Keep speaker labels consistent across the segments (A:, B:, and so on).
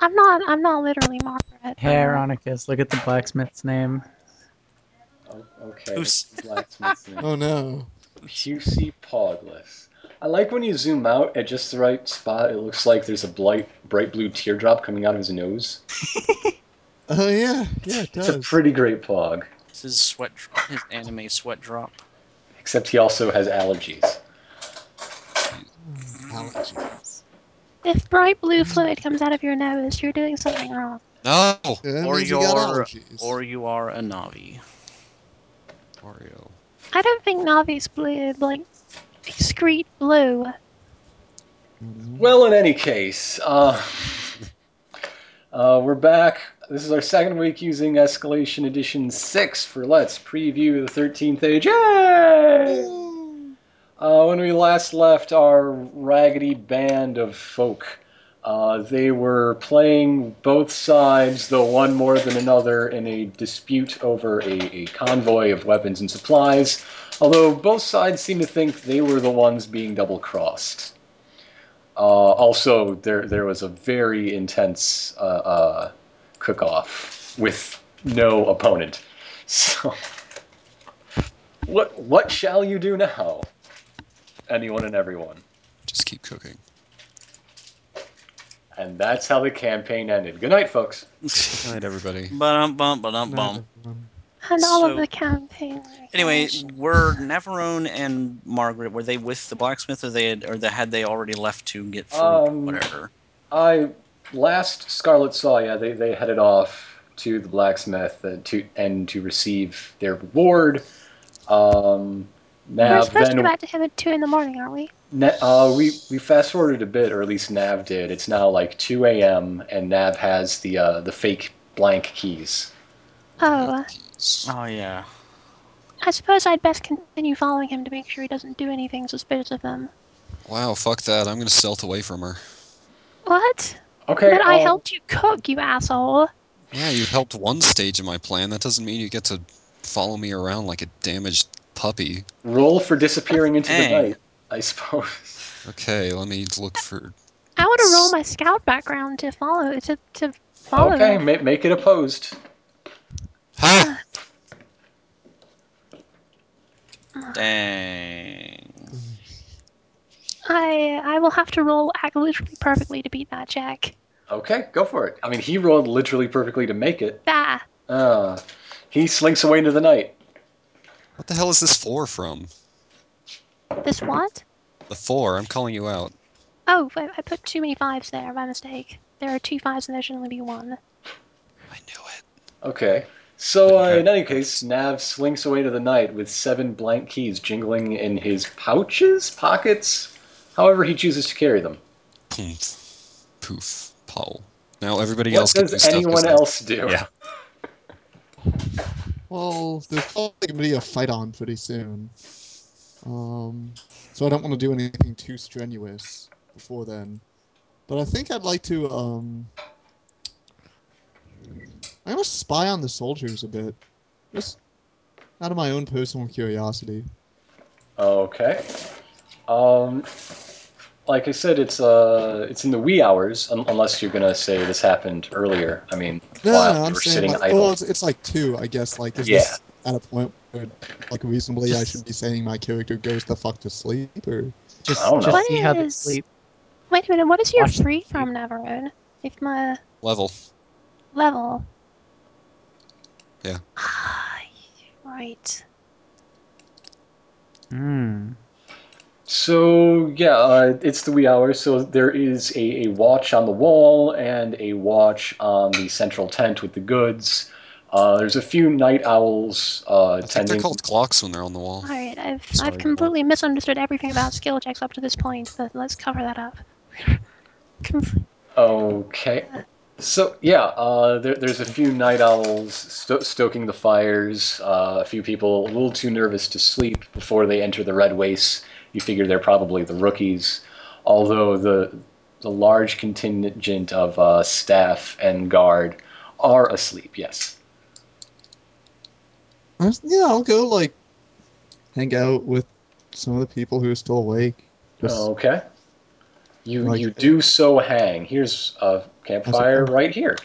A: I'm not. I'm not literally Margaret.
B: Hey, Ironicus, look at the blacksmith's name.
C: Oh, okay.
D: Who's-
C: what's the blacksmith's name?
E: Oh no.
C: QC Pogless. I like when you zoom out at just the right spot. It looks like there's a blight, bright blue teardrop coming out of his nose.
E: Oh yeah. Yeah, it
C: It's
E: does.
C: a pretty great pog,
D: This is sweat. dr- His anime sweat drop.
C: except he also has allergies.
E: Allergies.
A: If bright blue fluid comes out of your nose, you're doing something wrong.
F: No,
E: That
D: Or
E: means you got
D: you're,
E: allergies.
D: or you are a Navi.
F: Oreo.
A: I don't think Navi's blue like excrete blue.
C: Mm-hmm. Well, in any case, uh, uh, we're back. This is our second week using Escalation Edition 6 for Let's Preview the 13th Age. Yay! Uh, when we last left our raggedy band of folk, uh, they were playing both sides, though one more than another, in a dispute over a, a convoy of weapons and supplies, although both sides seemed to think they were the ones being double crossed. Uh, also, there there was a very intense uh, uh, cook-off with no opponent. So, what what shall you do now? Anyone and everyone,
F: Just keep cooking.
C: and that's how the campaign ended. Good night, folks.
F: Good night, everybody.
D: Bum bum bum bum.
A: And all
D: So-
A: of the campaign.
D: Anyway, were Navarone and Margaret were they with the blacksmith, or they had, or the, had they already left to get food,
C: Um,
D: whatever?
C: I last Scarlet saw. Yeah, they they headed off to the blacksmith uh, to and to receive their reward. Um,
A: we're
C: Nav
A: supposed to
C: then
A: go back to him at two in the morning, aren't we?
C: Na- uh, we we fast forwarded a bit, or at least Nav did. It's now like 2 a.m. and Nav has the uh, the fake blank keys.
A: Oh,
F: Jeez.
D: Oh yeah.
A: I suppose I'd best continue following him to make sure he doesn't do anything suspicious of them.
F: Wow, fuck that. I'm gonna stealth away from her.
A: What?
C: Okay,
A: but I
C: I'll-
A: helped you cook, you asshole.
F: Yeah, you helped one stage of my plan. That doesn't mean you get to follow me around like a damaged puppy.
C: roll for disappearing into
D: Dang.
C: the night. I suppose.
F: Okay, let me look for.
A: I want to roll my scout background to follow to to follow
C: okay,
A: him.
C: ma- make it opposed.
F: Ha!
D: Dang.
A: I I will have to roll act literally perfectly to beat that check.
C: Okay, go for it. I mean, he rolled literally perfectly to make it.
A: Bah.
C: Uh, he slinks away into the night.
F: What the hell is this four from?
A: This what?
F: The four. I'm calling you out.
A: Oh, I, I put too many fives there by mistake. There are two fives and there should only be one.
F: I knew it.
C: Okay. So uh,
F: Okay.
C: in any case, Nav slinks away to the night with seven blank keys jingling in his pouches, pockets, however he chooses to carry them.
F: Poof, poof, pow. Now everybody
C: What
F: else can do
C: does
F: stuff 'cause
C: anyone
F: they-
C: else do?
F: Yeah.
E: Well, there's probably going to be a fight on pretty soon. Um, so I don't want to do anything too strenuous before then. But I think I'd like to. Um, I want to spy on the soldiers a bit. Just out of my own personal curiosity.
C: Okay. Um, like I said, it's uh, it's in the wee hours, un- unless you're gonna say this happened earlier. I mean,
E: No,
C: while
E: no,
C: you
E: I'm
C: were
E: saying
C: sitting
E: like,
C: idle.
E: well, it's, it's like two, I guess. Like, is this at a point where, like, reasonably, I should be saying my character goes the fuck to sleep, or
B: Just,
C: I don't know.
B: just see how they
A: What
B: sleep.
A: Wait a minute, what is your
B: Watch the
A: free from Navarone? If my
F: Level.
A: level. Ah,
F: Yeah.
A: right.
B: Mm.
C: So yeah, uh, it's the wee hours. So there is a, a watch on the wall and a watch on the central tent with the goods. Uh, there's a few night owls uh,
F: I think they're
C: tending.
F: called clocks when they're on the wall.
A: All right, I've
F: Oh, Sorry,
A: I've
F: Bob.
A: completely misunderstood everything about skill checks up to this point, but let's cover that up. Conf-
C: Okay. So yeah, uh, there, there's a few night owls sto- stoking the fires. Uh, a few people a little too nervous to sleep before they enter the red waste. You figure they're probably the rookies, although the the large contingent of uh, staff and guard are asleep. Yes.
E: I was- yeah, I'll go like hang out with some of the people who are
C: Oh.
E: still awake. Just,
C: Okay. You
E: Like-
C: you do so hang. Here's uh, Campfire right here.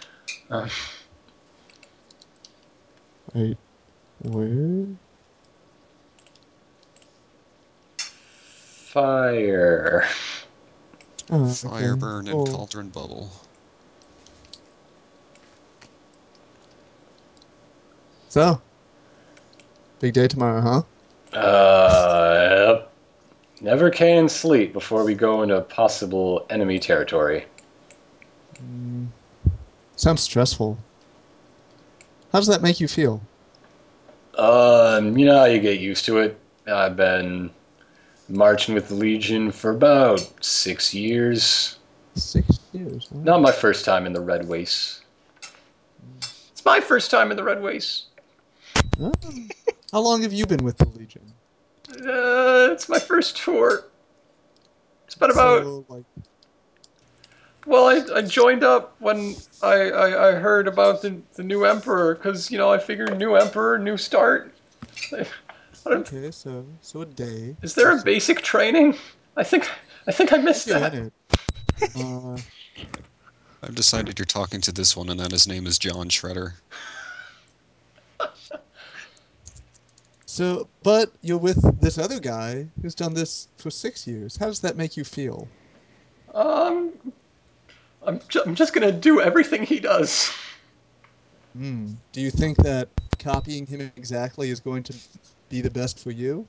E: Wait, where?
C: Fire.
E: Oh,
F: Fire
E: okay.
F: burn and
E: Oh,
F: cauldron bubble.
E: So, big day tomorrow, huh?
C: Uh, never can sleep before we go into possible enemy territory.
E: Sounds stressful. How does that make you feel?
C: Um, you know how you get used to it. I've been marching with the Legion for about six years.
E: Six years. huh?
C: Not my first time in the Red Waste. It's my first time in the Red Waste.
E: Huh? How long have you been with the Legion?
C: Uh, it's my first tour. It's been about
E: So, like,
C: Well, I, I joined up when I, I, I heard about the, the new emperor because you know I figured new emperor, new start.
E: okay, so so a day.
C: Is there a basic training? I think I think I missed
E: Yeah,
C: that.
E: I know. Uh,
F: I've decided you're talking to this one, and that his name is John Shredder.
E: so, but you're with this other guy who's done this for six years. How does that make you feel?
C: Um, I'm ju- I'm just gonna do everything he does.
E: Hmm. Do you think that copying him exactly is going to be the best for you?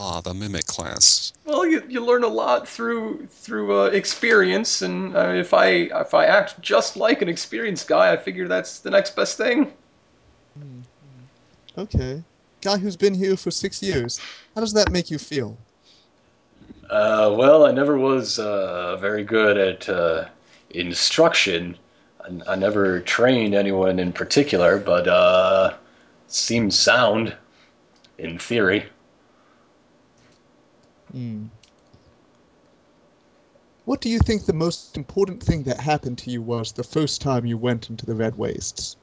F: Ah, the mimic class.
C: Well, you, you learn a lot through through uh, experience, and uh, if I if I act just like an experienced guy, I figure that's the next best thing.
E: Okay. Guy who's been here for six years. How does that make you feel?
C: Uh, well, I never was uh, very good at uh, instruction. I, I never trained anyone in particular, but uh, seems sound in theory.
E: Hmm. What do you think the most important thing that happened to you was the first time you went into the Red Wastes?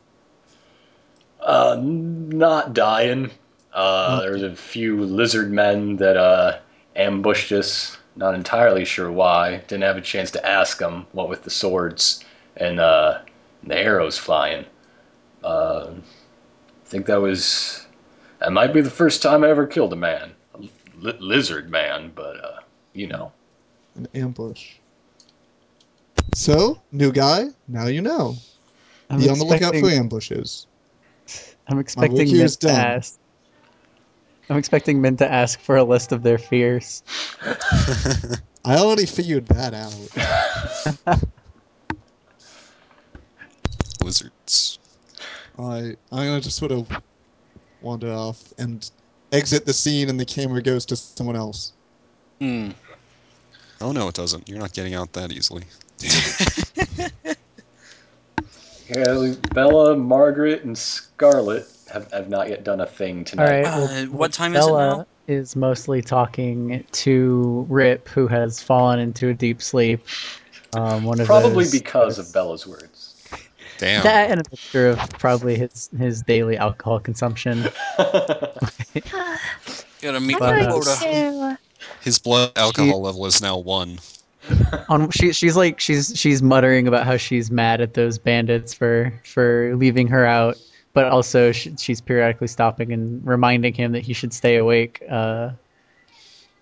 C: Uh, not dying.
B: Mm.
C: Uh, there was a few lizard men that uh, ambushed us. Not entirely sure why. Didn't have a chance to ask them. What with the swords and uh, the arrows flying. Uh, I think that was. That might be the first time I ever killed a man, a li- lizard man. But uh, you know,
E: An ambush. So, new guy, now you know.
B: I'm
E: Be on the lookout
B: expecting-
E: for ambushes.
B: I'm expecting
E: here
B: Mint
E: is
B: to
E: done.
B: ask. I'm expecting Mint to ask for a list of their fears.
E: I already figured that out.
F: Wizards.
E: I I'm gonna just sort of wander off and exit the scene, and the camera goes to someone else.
D: Hmm.
F: Oh no, it doesn't. You're not getting out that easily.
C: yeah, Bella, Margaret, and Scarlet have, have not yet done a thing
B: All
C: tonight.
B: right.
D: Uh,
B: well,
D: what time is it
B: Bella
D: now?
B: is mostly talking to Rip, who has fallen into a deep sleep. Um, one of
C: Probably
B: those-
C: because of Bella's words.
F: Damn.
B: That and a picture of probably his his daily alcohol consumption.
D: Gotta meet
B: But,
D: my
B: uh,
A: I'd like
D: quota.
A: to.
F: His blood alcohol level is now one.
B: On she she's like she's she's muttering about how she's mad at those bandits for for leaving her out, but also she, she's periodically stopping and reminding him that he should stay awake uh,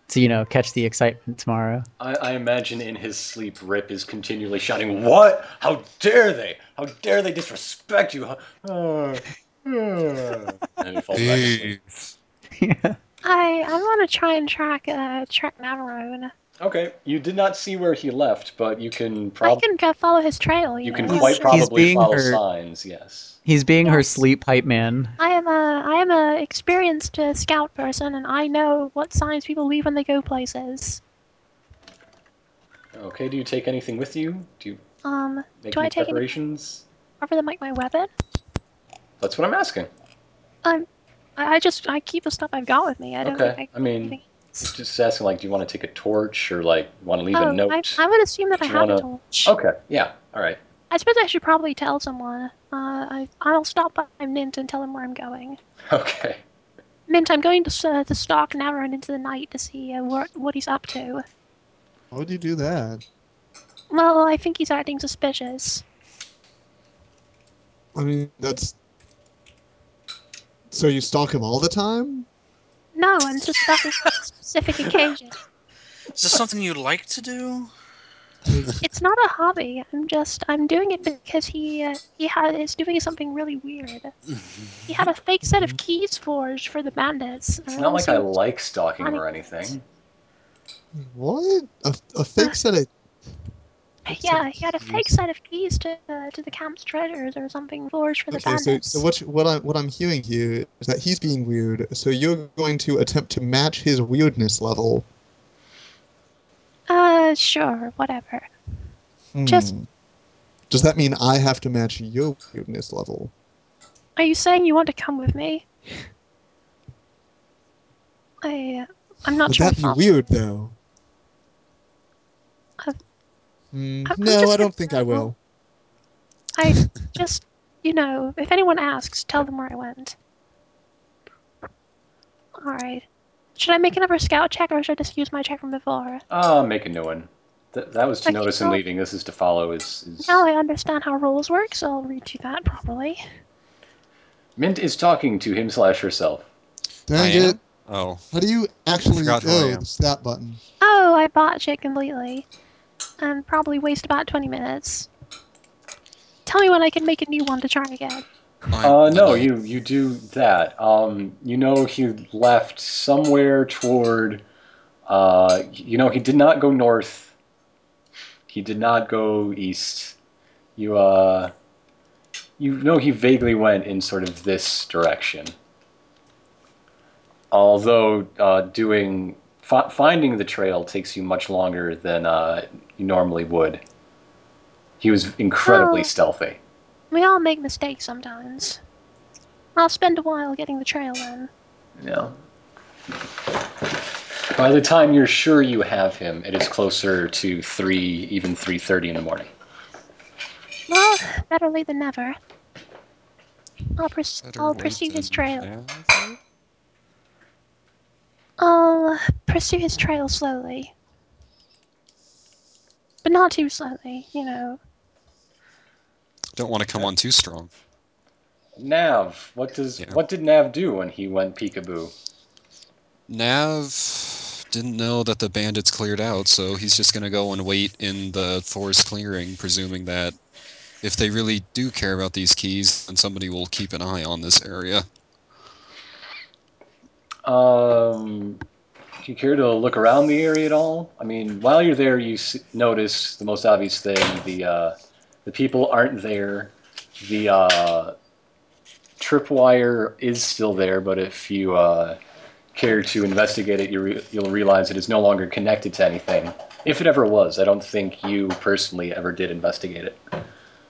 B: to you know catch the excitement tomorrow.
C: I, I imagine in his sleep, Rip is continually shouting, "What? How dare they? How dare they disrespect you?" Huh? Uh, uh," and he falls back asleep.
A: I I want to try and track uh track Navarone.
C: Okay, you did not see where he left, but you can
A: I
C: probably
A: can go follow his trail. You,
C: you
A: know,
C: can
A: that's-
C: quite probably
B: being
C: follow
B: hurt.
C: signs. Yes.
B: He's being her
A: Yes.
B: sleep hype man.
A: I am a I am a experienced uh, scout person, and I know what signs people leave when they go places.
C: Okay. Do you take anything with you? Do you
A: Um,
C: make
A: do
C: any
A: I take any
C: preparations?
A: cover that make my weapon?
C: That's what I'm asking.
A: I'm I, I just I keep the stuff I've got with me. I don't
C: Okay,
A: think I,
C: I mean,
A: anything else.
C: Just asking, like, do you want to take a torch or like want to leave a
A: oh, I,
C: note?
A: I would assume that I
C: Did you
A: have a
C: wanna- Oh.
A: torch.
C: Okay. Yeah. All right.
A: I suppose I should probably tell someone. Uh, I, I'll stop by Mint and tell him where I'm going.
C: Okay.
A: Mint, I'm going to s- uh, to stalk Navarin into the night to see uh, what what he's up to.
E: Why would you do that?
A: Well, I think he's acting suspicious.
E: I mean, that's. So you stalk him all the time?
A: No, I'm just talking about specific occasion.
D: Is this something you like to do?
A: It's not a hobby. I'm just I'm doing it because he uh, he ha- is doing something really weird. He had a fake set of keys forged for the bandits.
C: It's not like I like stalking
A: Oh, Funny.
C: or anything.
E: What? A, a fake set of.
A: Yeah, he had a fake set of keys to uh, to the camp's treasures or something forged for the
E: Okay, so,
A: bandits.
E: so what, you- what, I'm, what I'm hearing here is that he's being weird, so you're going to attempt to match his weirdness level.
A: Uh, sure, whatever.
E: Hmm.
A: Just-
E: Does that mean I have to match your weirdness level?
A: Are you saying you want to come with me? I uh, I'm not
E: Would
A: sure.
E: that
A: if I'll-
E: be weird, though?
A: Uh,
E: Hmm,
A: I'm- I'm
E: no,
A: just
E: I don't
A: gonna-
E: think I will.
A: I just you know, if anyone asks, tell them where I went. All right. Should I make another scout check, or should I just use my check from before?
C: Ah, make a new one. Th- that was to
A: Okay,
C: notice and
A: well-
C: leaving. This is to follow. Is, is...
A: Now I understand how rules work, so I'll read you that properly.
C: Mint is talking to him slash herself.
E: Dang
F: I am?
E: it.
F: Oh,
E: How do you actually
F: forgot who I
E: oh,
F: am.
E: the stat button?
A: Oh, I botched it completely. And probably waste about 20 minutes. Tell me when I can make a new one to try again.
F: I,
C: Uh, no,
F: I-
C: you you do that. Um, you know he left somewhere toward. Uh, you know he did not go north. He did not go east. You uh, you know he vaguely went in sort of this direction. Although uh, doing fi- finding the trail takes you much longer than uh, you normally would. He was incredibly
A: Oh.
C: stealthy.
A: We all make mistakes sometimes. I'll spend a while getting the trail then.
C: No. By the time you're sure you have him, it is closer to three, even three thirty in the morning.
A: Well, better late than never. I'll, pers-
F: better
A: I'll
F: wait
A: pursue his
F: than
A: trail.
F: never.
A: I'll pursue his trail slowly. But not too slowly, you know.
F: Don't want to come on too strong.
C: Nav, what does
F: Yeah.
C: what did Nav do when he went peekaboo?
F: Nav didn't know that the bandits cleared out, so he's just gonna go and wait in the forest clearing, presuming that if they really do care about these keys, then somebody will keep an eye on this area.
C: Um, do you care to look around the area at all? I mean, while you're there, you s- notice the most obvious thing: the uh, the people aren't there. The uh, tripwire is still there, but if you uh, care to investigate it, you re- you'll realize it is no longer connected to anything. If it ever was, I don't think you personally ever did investigate it.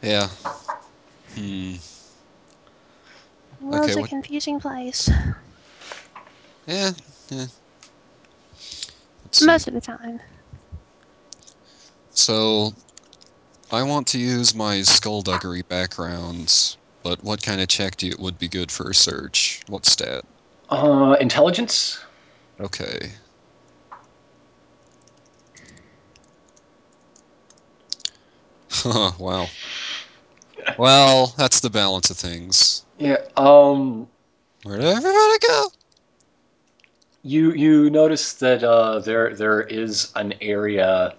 F: Yeah. Hmm.
A: The world's a
F: what-
A: confusing place.
F: Yeah. Yeah. Let's see.
A: Most of the time.
F: So, I want to use my skullduggery backgrounds, but what kind of check do you, would be good for a search? What stat?
C: Uh, intelligence?
F: Okay. Huh, wow. Well, that's the balance of things.
C: Yeah. Um,
F: Where did everybody go?
C: You you notice that uh, there there is an area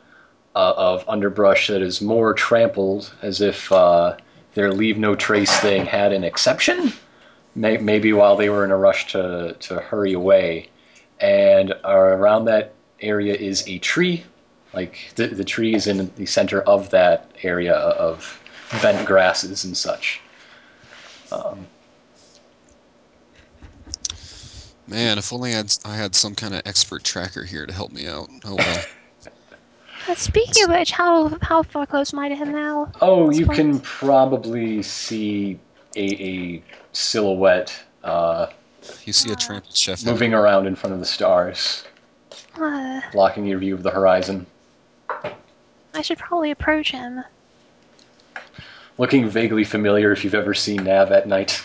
C: uh, of underbrush that is more trampled, as if uh, their leave no trace thing had an exception. May- Maybe while they were in a rush to to hurry away, and uh, around that area is a tree. Like the the tree is in the center of that area of bent grasses and such.
F: Man, if only I'd, I had some kind of expert tracker here to help me out. Oh well.
A: Uh, speaking of which, how how far close am I to him now?
C: Oh, you
A: Spot.
C: can probably see a, a silhouette. Uh,
F: You see a trampled chef.
C: moving around in front of the stars,
A: Uh,
C: blocking your view of the horizon,
A: I should probably approach him.
C: looking vaguely familiar if you've ever seen Nav at night.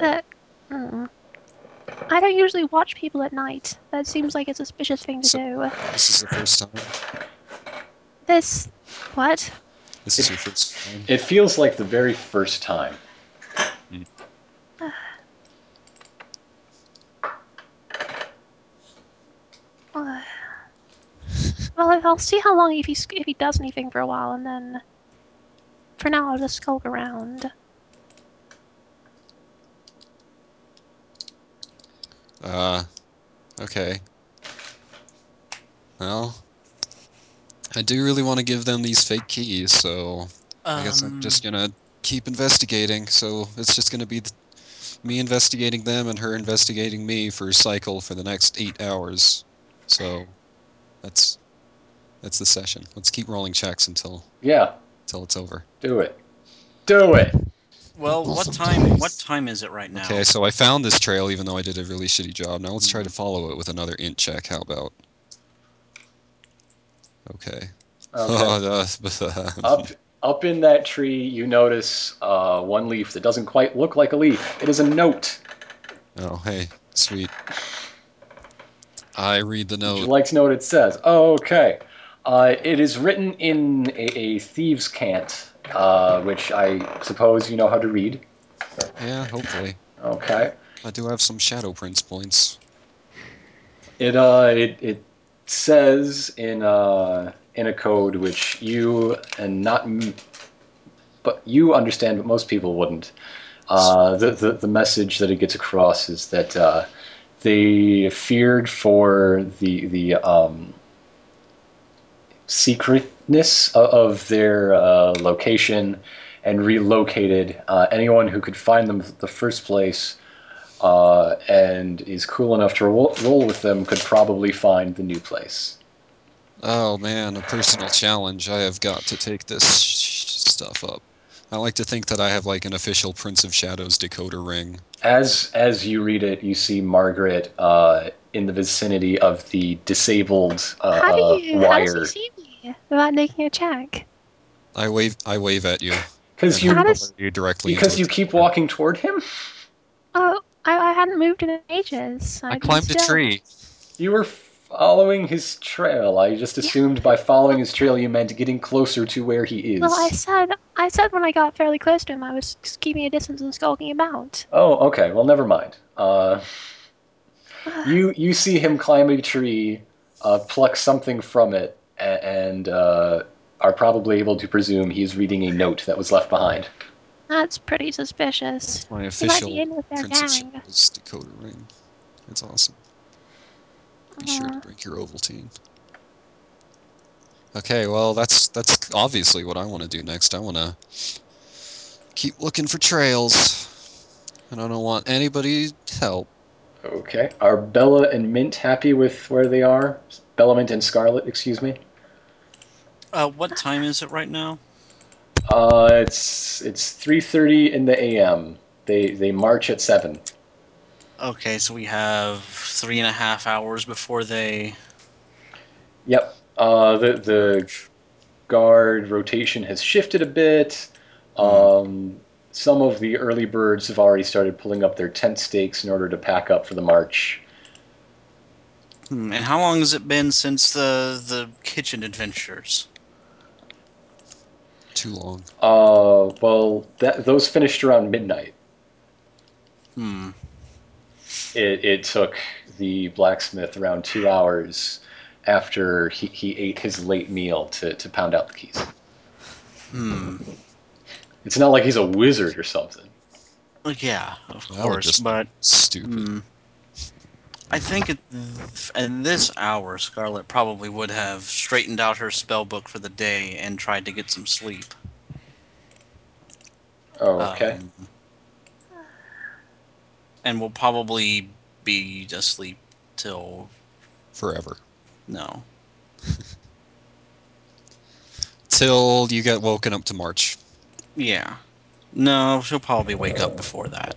A: Uh, mm. I don't usually watch people at night. That seems like a suspicious thing to do.
F: This is the first time.
A: This. What?
F: This is your first
C: It feels like the very first time.
A: Uh, well, I- I'll see how long if he sc- if he does anything for a while, and then for now I'll just skulk around.
F: Uh, okay. Well, I do really want to give them these fake keys, so I guess
D: Um,
F: I'm just gonna keep investigating. So it's just gonna be th- me investigating them and her investigating me for cycle for the next eight hours. So that's that's the session. Let's keep rolling checks until
C: Yeah,
F: until it's over.
C: do it. Do it.
D: Well,
E: Well,
D: what time?
E: sometimes.
D: What time is it right now?
F: Okay, so I found this trail even though I did a really shitty job. Now let's try
C: Mm-hmm.
F: to follow it with another int check. How about? Okay. Oh,
C: Okay.
F: the-
C: Up up in that tree, you notice uh, one leaf that doesn't quite look like a leaf. It is a note.
F: Oh, hey, sweet. I read the
C: Would you
F: note.
C: like to know what it says? Oh, okay. Uh, it is written in a, a thieves' cant, uh, which I suppose you know how to read.
F: Yeah, hopefully.
C: Okay.
F: I do have some shadow prints points.
C: It uh, it, it says in uh, in a code which you and not, m- but you understand, but most people wouldn't. Uh, the, the the message that it gets across is that uh, they feared for the the um, secretness of, of their uh, location and relocated uh, anyone who could find them the first place uh, and is cool enough to roll, roll with them could probably find the new place.
F: Oh man, a personal challenge. I have got to take this sh- stuff up. I like to think that I have like an official Prince of Shadows decoder ring.
C: As as you read it, you see Margaret uh, in the vicinity of the disabled uh,
A: how
C: uh,
A: do you? How
C: wire.
A: does he see me without making a check?
F: I wave. I wave at you.
C: Because
A: How
C: you
A: does?
F: You directly. into
C: because
F: a
C: you keep
F: decoder.
C: walking toward him.
A: Oh, I, I hadn't moved in ages.
F: I
A: I've been
F: climbed a
A: still.
F: tree.
C: You were following his trail. I just assumed by following his trail you meant getting closer to where he is.
A: Well, I said I said when I got fairly close to him, I was s- keeping a distance and skulking about.
C: Oh, okay. Well, never mind. Uh, you you see him climb a tree, uh, pluck something from it, a- and uh, are probably able to presume he's reading a note that was left behind.
A: That's pretty suspicious. He
F: My
A: might be
F: official
A: in with their
F: Prince of
A: gang.
F: Shadows decoder ring. It's awesome. Be sure to
A: Uh,
F: drink your Ovaltine. Okay, well, that's that's obviously what I want to do next. I want to keep looking for trails, and I don't want anybody's help.
C: Okay. Are Bella and Mint happy with where they are? Bella, Mint, and Scarlet, excuse me.
D: Uh, what time is it right now?
C: Uh, it's it's 3:30 in the a.m. They they march at seven.
D: Okay, so we have three and a half hours before they.
C: Yep. Uh, the the guard rotation has shifted a bit. Um, some of the early birds have already started pulling up their tent stakes in order to pack up for the march.
D: Hmm, and how long has it been since the the kitchen adventures?
F: Too long.
C: Uh, well, that, those finished around midnight.
D: Hmm.
C: It, it took the blacksmith around two hours after he, he ate his late meal to, to pound out the keys.
D: Hmm.
C: It's not like he's a wizard or something.
D: Like, Yeah, of
F: That would
D: course,
F: just-
D: but
F: Stupid.
D: hmm. I think at, th- at this hour, Scarlet probably would have straightened out her spell book for the day and tried to get some sleep.
C: Oh, okay.
D: Um, and we'll probably be asleep till
F: Forever.
D: no.
F: Till you get woken up to March.
D: Yeah. No, she'll probably wake up before that.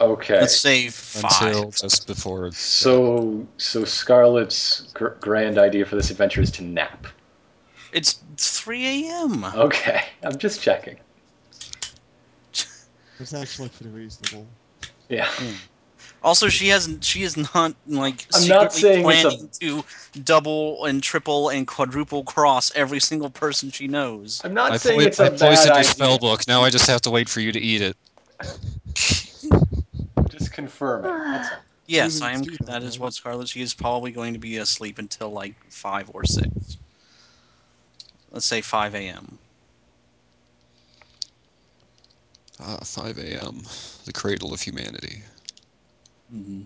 C: okay.
D: Let's say five.
F: Until just before.
C: So, so Scarlet's gr- grand idea for this adventure is to nap.
D: It's 3 a.m.
C: Okay, I'm just checking.
E: It's actually pretty reasonable.
C: Mm, Yeah.
D: Also, she hasn't. She is not like
C: I'm not
D: secretly
C: saying it's a-
D: planning to double and triple and quadruple cross every single person she knows.
C: I'm not
F: I,
C: saying
F: poi-
C: it's a
F: I
C: bad
F: poisoned your
C: idea.
F: spell book. Now I just have to wait for you to eat it.
C: Just confirm it. That's all.
D: Yes,
E: Moving
D: I am.
E: speed on
D: That is
E: that.
D: what Scarlet. She is probably going to be asleep until like five or six. Let's say five a.m.
F: Ah, 5 a.m. The cradle of humanity.
D: Mhm.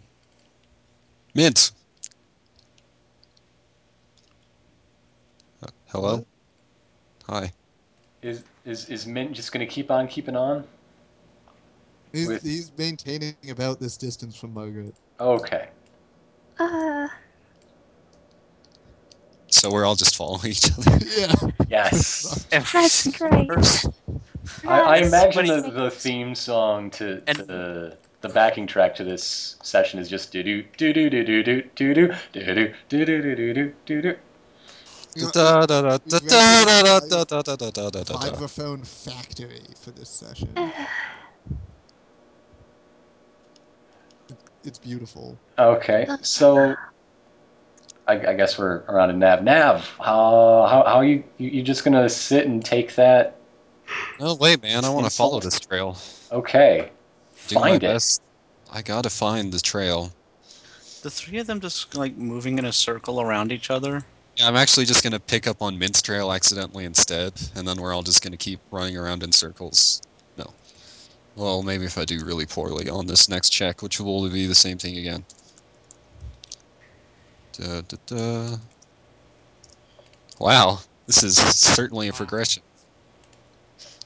F: Mint. Uh, hello.
E: What?
F: Hi.
C: Is is is Mint just going to keep on keeping on?
E: He's,
C: With-
E: he's maintaining about this distance from Margaret.
C: Okay.
A: Uh,
F: So we're all just following each other.
E: yeah.
C: Yes.
A: That's great.
C: I, I
A: that's
C: imagine
A: what
C: the,
A: he-
C: the theme song to, to
D: And-
C: the the backing track to this session is just do do do do do do do do do do do do do do do do do.
E: You know,
F: Da- da- da- da-
E: we
F: da-
E: rented
F: da-
E: a
F: da- da- da- da- da- da- da- da.
E: Vibraphone factory for this session. It- it's beautiful.
C: Okay, so I, I guess we're around a nav. Nav, how how how you you you just gonna sit and take that?
F: No way, man! I want to follow
C: Insult.
F: this trail.
C: Okay,
F: Do my
C: Find it.
F: best. I gotta find the trail.
D: The three of them just like moving in a circle around each other.
F: Yeah, I'm actually just gonna pick up on Mint's trail accidentally instead, and then we're all just gonna keep running around in circles. No. Well, maybe if I do really poorly on this next check, which will be the same thing again. Da, da, da. Wow, this is certainly a progression.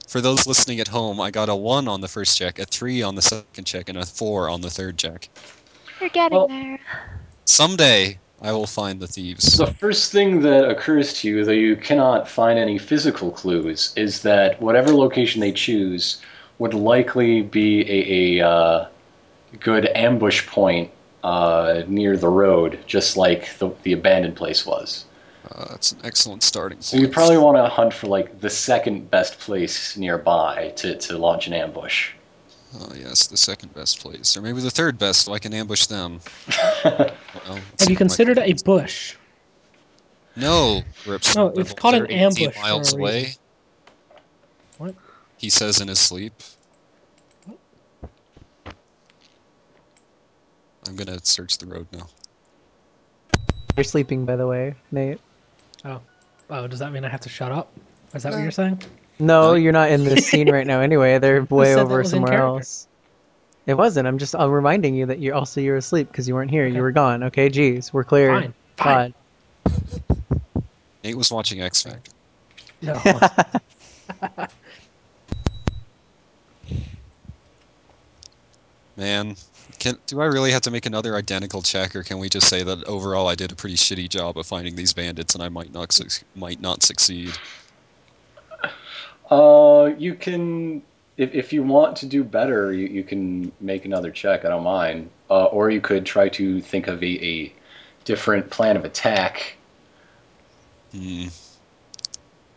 F: For those listening at home, I got a 1 on the first check, a 3 on the second check, and a 4 on the third check.
A: You're getting
C: Well-
A: there.
F: Someday, I will find the thieves.
C: The first thing that occurs to you, though you cannot find any physical clues, is that whatever location they choose would likely be a, a uh, good ambush point uh, near the road, just like the, the abandoned place was.
F: Uh, that's an excellent starting point.
C: So you probably want to hunt for like the second best place nearby to, to launch an ambush.
F: Oh yes, the second best place, or maybe the third best. So I can ambush them. Well, it's
G: Have you
F: my-
G: considered a bush?
F: No, rips.
G: No, it's called an
F: They're 18
G: ambush for
F: Miles
G: a
F: away,
G: reason. What?
F: he says in his sleep. I'm gonna search the road now.
B: You're sleeping, by the way, Nate.
G: Oh, oh, does that mean I have to shut up? Is that
E: No.
G: what you're saying?
B: No,
F: No.
B: you're not in this scene right now. Anyway, they're way
G: said that
B: over
G: was in
B: somewhere
G: character?
B: else. It wasn't. I'm just. I'm reminding you that you're also you're asleep because you weren't here.
G: Okay.
B: You were gone. Okay. Jeez, we're clear.
G: Fine, fine.
B: God.
F: Nate was watching X Factor.
G: No. I
F: Man, can, do I really have to make another identical check, or can we just say that overall I did a pretty shitty job of finding these bandits, and I might not suc might not succeed?
C: Uh, you can, if, if you want to do better, you, you can make another check. I don't mind. Uh, or you could try to think of a, a different plan of attack.
F: Hmm.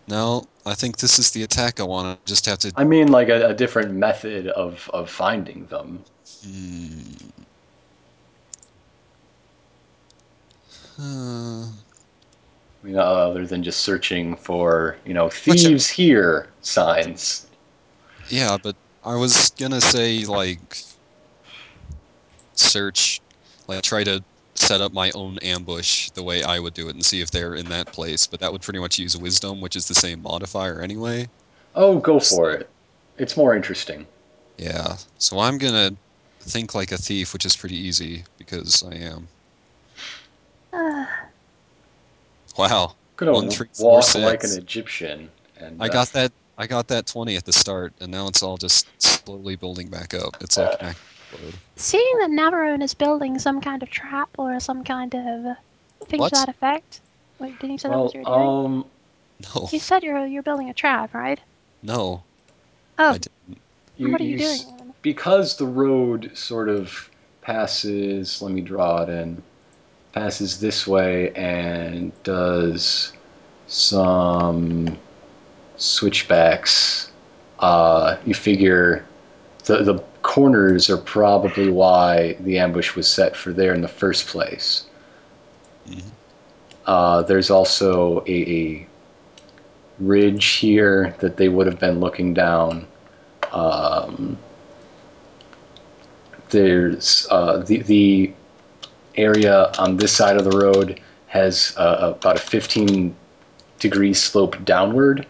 F: No, I think this is the attack I want. I just have to
C: I mean, like a, a different method of, of finding them.
F: Hmm. Uh,
C: You know, other than just searching for, you know, thieves here signs.
F: yeah, but I was gonna say like search, like try to set up my own ambush the way I would do it and see if they're in that place. But that would pretty much use wisdom, which is the same modifier anyway.
C: Oh, go for it. It's more interesting.
F: Yeah. So I'm gonna think like a thief, which is pretty easy because I am.
A: Uh,
F: Wow,
C: Gonna
F: One, three, four,
C: walk
F: six.
C: like an Egyptian. And
F: I
C: uh,
F: got that. I got that twenty at the start, and now it's all just slowly building back up. It's like an active load.
A: seeing that Navarone is building some kind of trap or some kind of thing
F: What?
A: to that effect. Wait, didn't you say
C: Well,
A: that was your doing?
C: um,
F: No,
A: You said you're you're building a trap, right?
F: no.
A: Oh,
F: I didn't.
C: you,
A: what are you
C: you s-
A: doing? then?
C: because the road sort of passes let me draw it in passes this way and does some switchbacks uh, you figure the, the corners are probably why the ambush was set for there in the first place.
F: Mhm.
C: Uh, there's also a, a ridge here that they would have been looking down. Um, there's uh, the the area on this side of the road has uh, about a 15 degree slope downward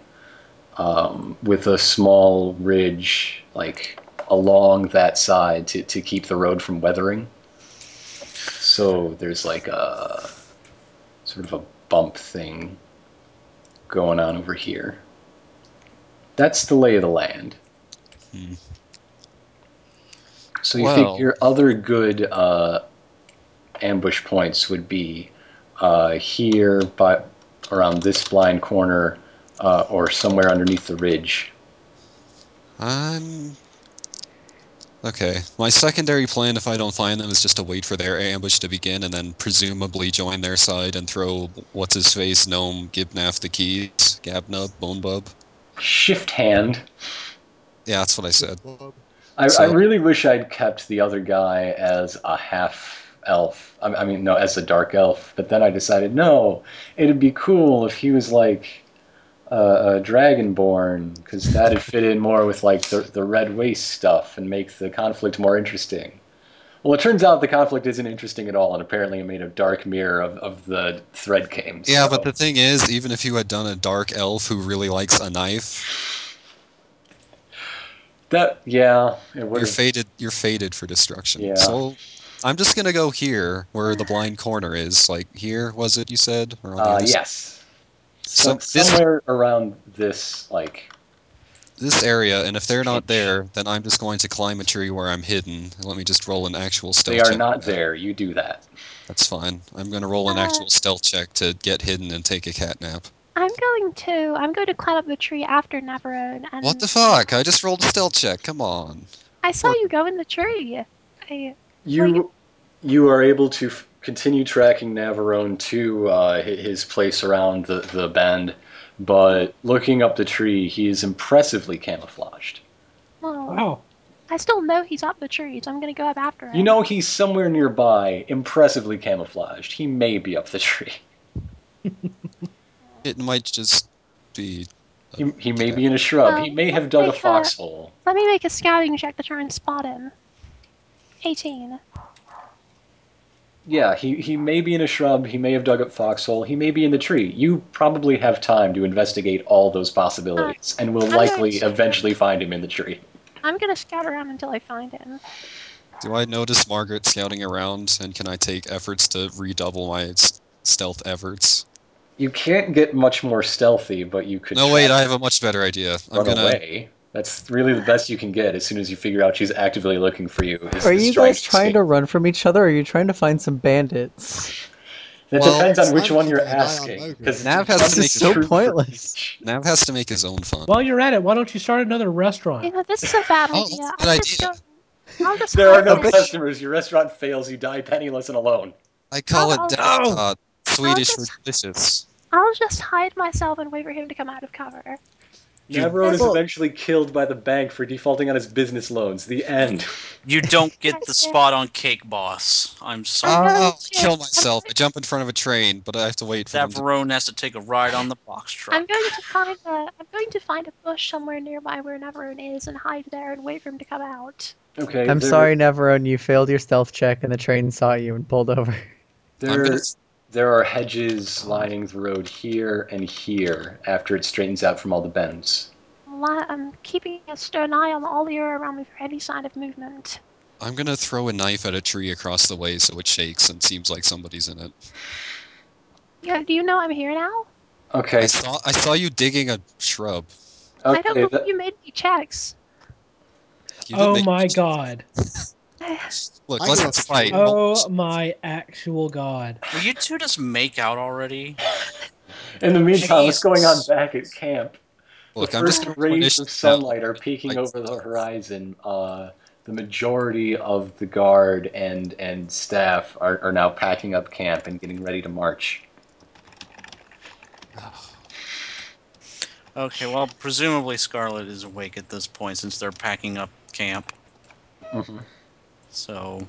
C: um, with a small ridge like along that side to, to keep the road from weathering. So there's like a sort of a bump thing going on over here. That's the lay of the land.
F: Hmm.
C: So you
F: Well-
C: think your other good uh, ambush points would be uh, here, but around this blind corner, uh, or somewhere underneath the ridge.
F: I'm. Okay. My secondary plan, if I don't find them, is just to wait for their ambush to begin and then presumably join their side and throw what's his face, Gnome, Gibnaf the keys, Gabnub, Bonebub.
C: Shift hand.
F: Yeah, that's what I said.
E: Bob,
C: I, I
F: So-
C: really wish I'd kept the other guy as a half elf. I, I mean, no, as a dark elf. But then I decided, no, it'd be cool if he was like uh, a dragonborn, because that'd fit in more with like the, the red waste stuff and make the conflict more interesting. Well, it turns out the conflict isn't interesting at all, and apparently it made a dark mirror of, of the thread games.
F: Yeah,
C: so-
F: but the thing is, even if you had done a dark elf who really likes a knife,
C: that yeah, it would
F: you're
C: have
F: fated. You're fated for destruction.
C: Yeah.
F: So, I'm just gonna go here, where the blind corner is. Like here, was it you said? Or on the
C: Uh,
F: other side?
C: yes. So,
F: Some- this-
C: somewhere around this, like,
F: this area, and if they're not
C: Pitch.
F: there, then I'm just going to climb a tree where I'm hidden. And Let me just roll an actual stealth
C: they are
F: check.
C: not there. You do that.
F: That's fine. I'm going to roll an
A: Ah.
F: actual stealth check to get hidden and take a cat nap.
A: I'm going to I'm going to climb up the tree after Navarone and
F: What the fuck? I just rolled a stealth check. Come on.
A: I saw you go in the tree. I
C: You you are able to f- continue tracking Navarone to uh, hi- his place around the, the bend, but looking up the tree, he is impressively camouflaged.
A: well,
G: Wow.
A: I still know he's up the tree, so I'm gonna go up after him.
C: You know he's somewhere nearby, impressively camouflaged. He may be up the tree.
F: It might just be.
C: He, he may be in a shrub. He
A: Um,
C: may have
A: let's
C: dug a
A: make a-
C: foxhole.
A: Let me make a scouting check to try and spot him. 18.
C: Yeah, he, he may be in a shrub, he may have dug up foxhole, he may be in the tree. You probably have time to investigate all those possibilities and will
A: I'm
C: likely
A: going
C: eventually find him in the tree.
A: I'm gonna scout around until I find him.
F: Do I notice Margaret scouting around, and can I take efforts to redouble my s- stealth efforts?
C: You can't get much more stealthy, but you could
F: No,
C: try
F: wait,
C: to
F: I have a much better idea. I'm
C: run
F: going to.
C: away. That's really the best you can get as soon as you figure out she's actively looking for you. is
B: Are
C: the
B: you
C: strike
B: guys trying to
C: escape.
B: run from each other or are you trying to find some bandits?
C: That
F: Well,
C: depends on which
E: I'm
C: one you're
E: keeping an eye on
C: asking.
E: Mogul.
C: Because
F: Nav has to make
B: This is so pointless.
F: Nav has to make his own fun.
G: While you're at it, why don't you start another restaurant?
A: You know, this is a bad
F: Oh,
A: idea.
F: that's a
A: I'll
F: good
A: just
F: idea.
A: go. I'll just
C: There are
A: climb
C: no
A: this-
C: customers. Your restaurant fails. You die penniless and alone.
F: I call
A: I'll-
F: it
G: I'll-
F: Dagstot, Swedish for
A: just-
F: delicious.
A: I'll just hide myself and wait for him to come out of cover.
C: Navarone is
B: Well-
C: eventually killed by the bank for defaulting on his business loans. The end.
D: You don't get the
A: That's it.
D: spot on Cake Boss. I'm sorry.
A: I'm going
C: Oh,
F: I'll
A: to-
F: Oh, kill
A: I'm
F: myself. I
A: going-
F: jump in front of a train, but I have to wait for them to.
D: Davarone has to take a ride on the box truck.
A: I'm going to find a I'm going to find a bush somewhere nearby where Navarone is and hide there and wait for him to come out.
C: Okay.
B: I'm
C: there-
B: sorry, Neverone, you failed your stealth check and the train saw you and pulled over.
F: I'm
C: There,
F: gonna-
C: there are hedges lining the road here and here after it straightens out from all the bends.
A: I'm li- I'm keeping a stern eye on all the area around me for any sign of movement.
F: I'm gonna throw a knife at a tree across the way so it shakes and seems like somebody's in it.
A: Yeah, do you know I'm here now?
C: Okay.
F: I saw I saw you digging a shrub.
A: I don't
C: Okay.
A: believe
C: that-
A: you made any checks.
F: You didn't
G: Oh
F: make-
G: my god.
F: Look,
E: I
F: let's
E: know
F: not
E: it's
F: fight.
E: true.
G: Oh my actual god.
D: Will you two just make out already?
C: In the meantime, what's
D: Jesus.
C: going on back at camp?
F: Look,
C: the
F: I'm just
C: first
F: gonna
C: rays
F: replenish.
C: of sunlight are peeking
F: Like-
C: over the horizon. Uh, the majority of the guard and and staff are, are now packing up camp and getting ready to march.
D: Okay, well, presumably Scarlet is awake at this point since they're packing up camp.
C: Mm-hmm.
D: So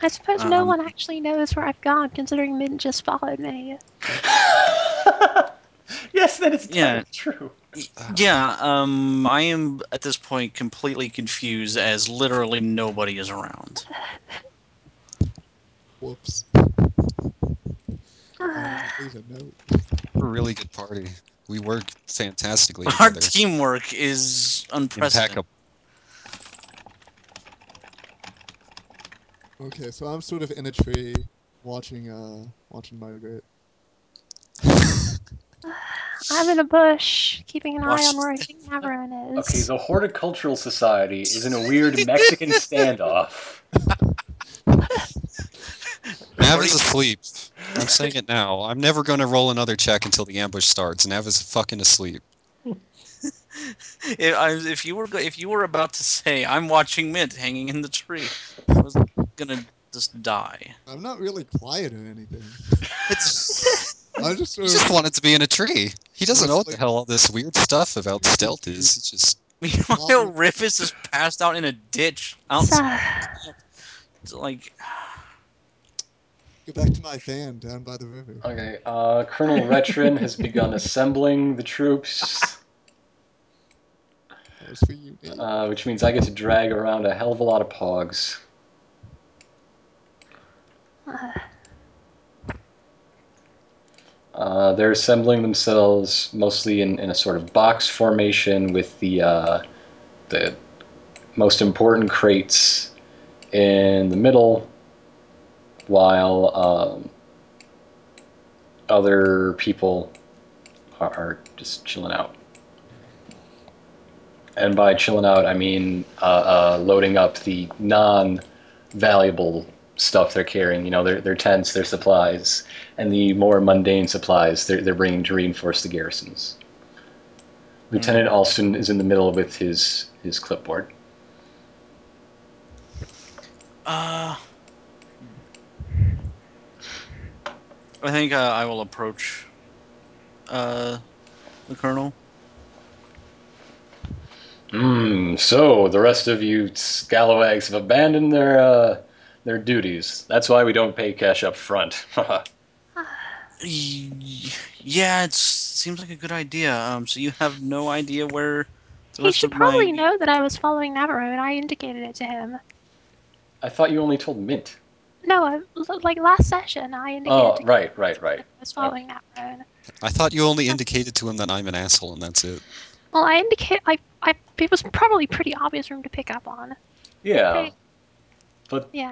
A: I suppose no
D: Um,
A: one actually knows where I've gone, considering Mint just followed me.
C: Yes, that is
D: Yeah.
C: true.
D: yeah, um, I am at this point completely confused as literally nobody is around.
E: Whoops. Uh, leave a note.
F: We're a really good party. We work fantastically
D: Our
F: together.
D: teamwork is unprecedented.
F: Impeccable.
E: Okay, so I'm sort of in a tree, watching uh, watching Margaret.
A: I'm in a bush, keeping an eye
D: Watch-
A: on where I think Navarone is.
C: Okay, the Horticultural Society is in a weird Mexican standoff.
F: Nav is asleep. I'm saying it now. I'm never going to roll another check until the ambush starts. Nav is fucking asleep.
D: If, I, if you were go- if you were about to say I'm watching Mint hanging in the tree, I was gonna just die.
E: I'm not really quiet or anything.
F: It's,
E: I just sort
F: he
A: Hmm.
E: of
F: just wanted to be in a tree. He doesn't know what the
E: Like-
F: hell all this weird stuff about stealth is. He's just
D: Meanwhile, Riffus is passed out in a ditch outside.
A: So-
D: Like
E: go back to my van down by the river.
C: Okay, uh, Colonel Retrin has begun assembling the troops,
E: That was for you. Nate.
C: uh, which means I get to drag around a hell of a lot of pogs. Uh, they're assembling themselves mostly in, in a sort of box formation with the uh, the most important crates in the middle, while um, other people are, are just chilling out. And by chilling out, I mean uh, uh, loading up the non-valuable stuff they're carrying. You know, their their tents, their supplies and the more mundane supplies they're, they're bringing to reinforce the garrisons. Lieutenant Alston is in the middle with his, his clipboard.
D: Uh, I think uh, I will approach uh, the colonel.
C: Hmm, so the rest of you scalawags have abandoned their, uh, their duties. That's why we don't pay cash up front.
D: Y- Yeah, it seems like a good idea. Um, so you have no idea where the
A: he
D: rest
A: should
D: of my-
A: probably know that I was following Navarone. I indicated it to him.
C: I thought you only told Mint.
A: No, I, l- like last session, I indicated
C: Oh,
A: to him
C: right, right, right.
A: that I was following Navarone.
F: I thought you only indicated to him that I'm an asshole and that's it.
A: Well, I indicate I, I it was probably pretty obvious for him to pick up on.
C: Yeah,
A: Hey,
C: but
A: yeah.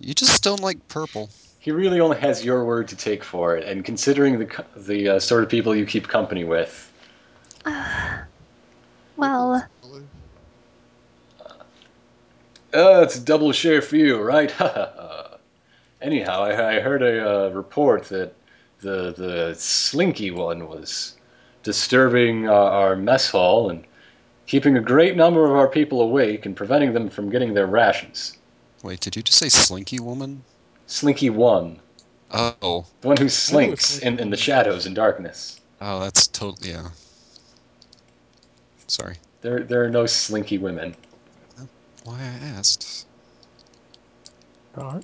F: You just don't like purple.
C: he really only has your word to take for it, and considering the, co- the uh, sort of people you keep company with,
A: Well,
E: Color.
C: Uh, it's a double share for you, right? Anyhow, I, I heard a uh, report that the the slinky one was disturbing uh, our mess hall and keeping a great number of our people awake and preventing them from getting their rations.
F: Wait, did you just say slinky woman?
C: Slinky one,
F: Oh.
C: the one who slinks
E: Slinky
C: in, in the
E: One.
C: shadows and darkness.
F: Oh, that's totally. Yeah. Sorry.
C: There there are no slinky women.
F: Why I asked.
G: Darn.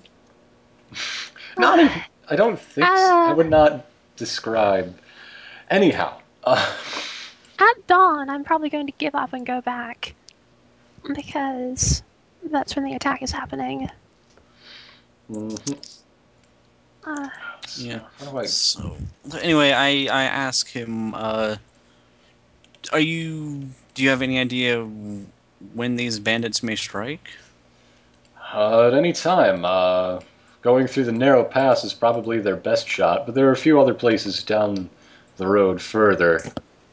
C: Not in, I don't think so. I
A: Uh.
C: would not describe. Anyhow, uh,
A: at dawn, I'm probably going to give up and go back because that's when the attack is happening.
C: mhm.
A: Uh,
D: Yeah.
C: How do I-
D: So anyway, I I ask him, uh, are you? Do you have any idea when these bandits may strike?
C: Uh, at any time. Uh, going through the narrow pass is probably their best shot, but there are a few other places down the road further.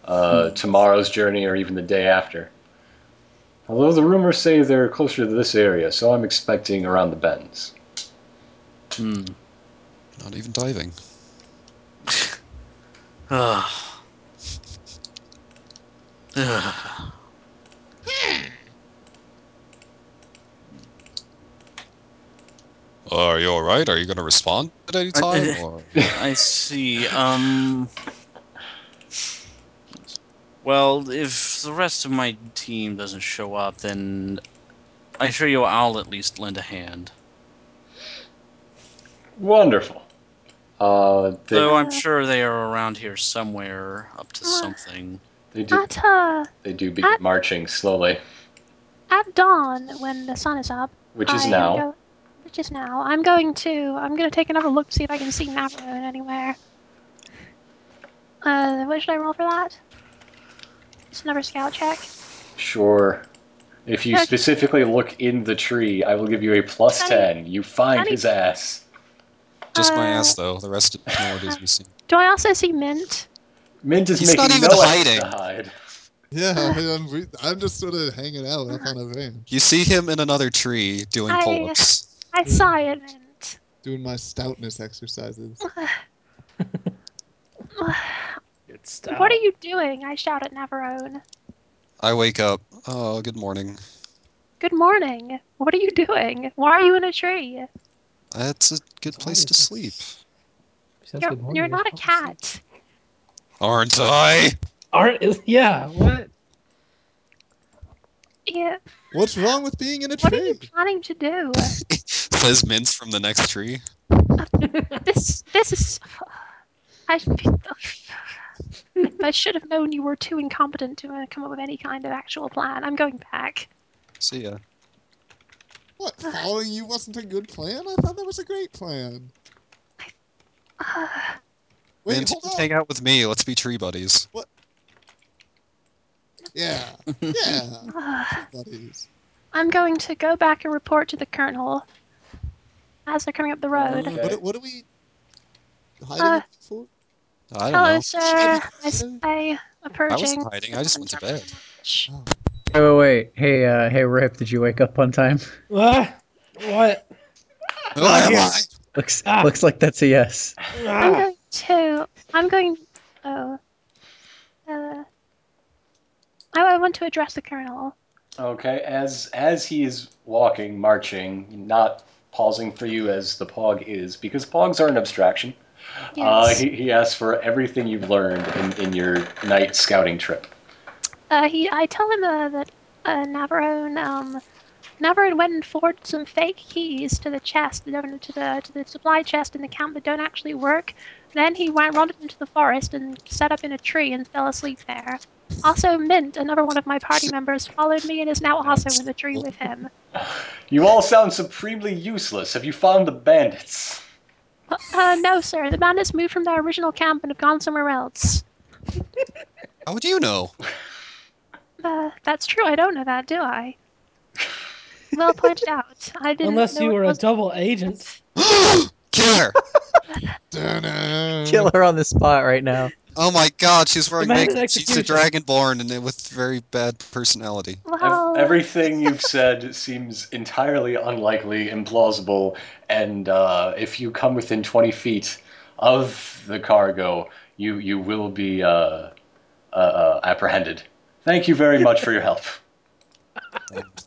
C: Uh, Tomorrow's journey or even the day after. Although the rumors say they're closer to this area, so I'm expecting around the bends.
D: Hmm.
F: Not even diving.
D: Ugh. Ugh.
F: Uh, Are you alright? Are you going to respond at
A: Uh,
F: any time? or-
D: I see. Um. Well, if the rest of my team doesn't show up, then I assure you, I'll at least lend a hand.
C: Wonderful. Uh, they,
D: Though I'm sure they are around here somewhere, up to
A: Uh.
D: something.
C: they do
A: At, uh,
C: they do begin marching slowly,
A: at dawn, when the sun is up,
C: which is
A: I am
C: now.
A: go- which is now. I'm going to. I'm going to take another look to see if I can see Maverin anywhere. Uh, what should I roll for that? It's another scout check.
C: Sure. If you
A: Okay.
C: specifically look in the tree, I will give you a plus
A: Honey.
C: ten. You find
A: Honey.
C: his ass.
F: Just my
A: Uh,
F: ass, though. The rest of no it is missing.
A: Do I also see mint?
C: Mint is
F: He's
C: making
F: not even
C: no effort
F: hiding.
C: to hide.
E: Yeah, I mean, I'm, re- I'm just sort of hanging out up on a branch,
F: You see him in another tree doing
A: I-
F: pull-ups.
A: I saw it, mint.
E: doing my stoutness exercises.
G: Good stuff.
A: What are you doing? I shout at Navarone.
F: I wake up. Oh, good morning.
A: Good morning. What are you doing? Why are you in a tree?
F: That's a good place to sleep.
A: You're, you're not a cat.
F: Aren't I?
G: Aren't, yeah, what?
A: Yeah.
E: What's wrong with being in a
A: What are you
E: tree?
A: planning to do?
F: Says Mince from the next tree.
A: this this is. I, I should have known you were too incompetent to uh, come up with any kind of actual plan. I'm going back.
F: See ya.
E: What, following you wasn't a good plan? I thought that was a great plan. Wait,
F: Mince,
E: hold on.
F: hang out with me. Let's be tree buddies.
E: Yeah, yeah,
A: Ugh.
E: buddies.
A: I'm going to go back and report to the colonel as they're
F: Oh,
A: coming up the road.
C: Okay.
E: What, what are we hiding
A: Uh,
E: it for?
F: I don't
A: Hello,
F: know.
A: sir. I say,
F: I was
A: approaching.
F: hiding. I just went to bed.
B: Wait, wait, wait. Hey, uh, hey, Rip, did you wake up on time?
G: What? What?
F: Who am I?
B: Looks
G: Ah.
B: looks like that's a yes.
A: I'm
G: Ah,
A: going to. I'm going. Oh. Uh, I, I want to address the colonel.
C: Okay, as as he is walking, marching, not pausing for you as the pog is, because pogs are an abstraction. Uh,
A: Yes.
C: he, he asks for everything you've learned in, in your night scouting trip.
A: Uh, he, I tell him uh, that uh, Navarone, um, Navarone went and forged some fake keys to the chest, to the, to the to the supply chest in the camp that don't actually work. Then he went wandered into the forest and set up in a tree and fell asleep there. Also, Mint, another one of my party members, followed me and is now also in the tree with him.
C: You all sound supremely useless. Have you found the bandits?
A: Uh, no, sir. The bandits moved from their original camp and have gone somewhere else.
F: How would you know?
A: Uh, that's true. I don't know that, do I? Well pointed out. I didn't.
G: Unless
A: know
G: you
A: it
G: were a
A: was-
G: double agent.
F: Killer!
E: Dunno.
B: Kill her on the spot right now.
F: Oh my god, she's wearing
G: Command and
F: makeup. She's a
G: execution.
F: dragonborn and with very bad personality.
C: Ev-
A: Well,
C: Everything you've said seems entirely unlikely, implausible, and uh, if you come within 20 feet of the cargo, you, you will be uh, uh, uh, apprehended. Thank you very much for your help.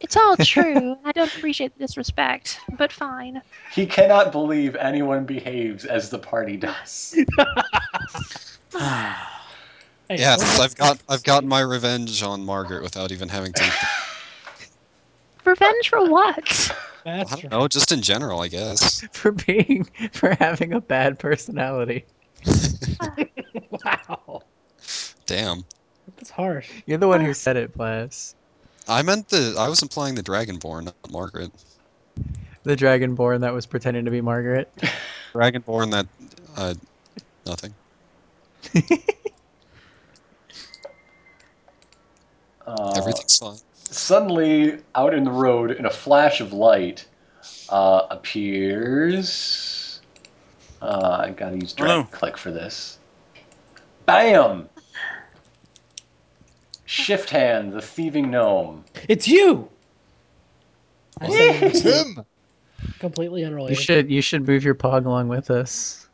A: It's all true. I don't appreciate the disrespect, but fine.
C: He cannot believe anyone behaves as the party does.
G: Hey,
F: Yeah,
G: what
F: so
G: about-
F: I've got I've gotten my revenge on Margaret without even having to.
A: Revenge for what?
F: I
G: That's
F: don't
G: true.
F: know, just in general, I guess.
B: For being for having a bad personality.
G: Wow.
F: Damn,
G: That's harsh.
B: You're the one who said it, Blas.
F: I meant the I was implying the dragonborn, not Margaret.
B: The dragonborn that was pretending to be Margaret.
F: Dragonborn that uh, nothing.
C: Uh,
F: Everything's fine.
C: suddenly, out in the road, in a flash of light, uh, appears. Uh, I gotta use drag
D: Hello.
C: click for this. Bam! Shift hand, the thieving gnome.
G: It's you! I said
E: It's him.
G: completely
B: You
G: unrelated.
B: should you should move your pog along with us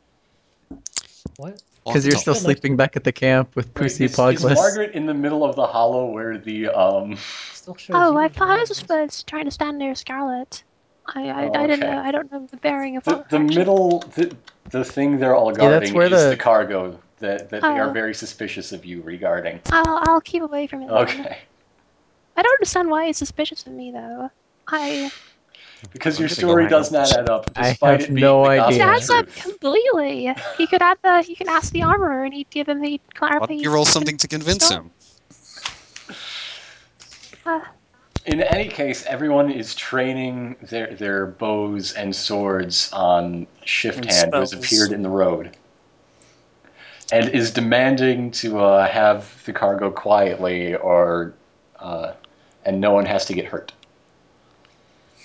G: What?
B: because you're still
G: Don't.
B: sleeping back at the camp with
C: Wait,
B: Pussy
C: is, is
B: Pogless.
C: Margaret in the middle of the hollow where the um?
G: Still shows
A: Oh,
G: you
A: I
G: as
A: thought I
G: well.
A: was was trying to stand near Scarlet. I, I,
C: Oh,
A: I didn't
C: okay.
A: know. I don't know the bearing of
C: The,
A: what
C: the
A: direction.
C: middle, the, the thing they're all
B: Yeah, that's
C: guarding
B: where
C: is
B: the-
C: the cargo that, that they are
A: Oh.
C: very suspicious of you regarding.
A: I'll, I'll keep away from it. then.
C: Okay.
A: I don't understand why he's suspicious of me though. I
C: Because
F: I'm
C: your
F: gonna go
C: story
F: hang
C: does not
F: out with this.
C: add up,
B: I
C: despite
B: have
C: it being
B: no
C: the
A: it
C: gospel
B: idea. Yeah.
A: adds up
C: truth.
A: completely. He could add the he could ask the armorer and he'd give him he'd
F: Why
A: clarify
F: don't
A: he'd
F: you roll
A: con-
F: something to convince
A: stop.
F: him?
A: Uh,
C: In any case, everyone is training their their bows and swords on Shift
D: And
C: Hand, who has
D: spells.
C: appeared in the road, and is demanding to uh, have the car go quietly, or uh, and no one has to get hurt.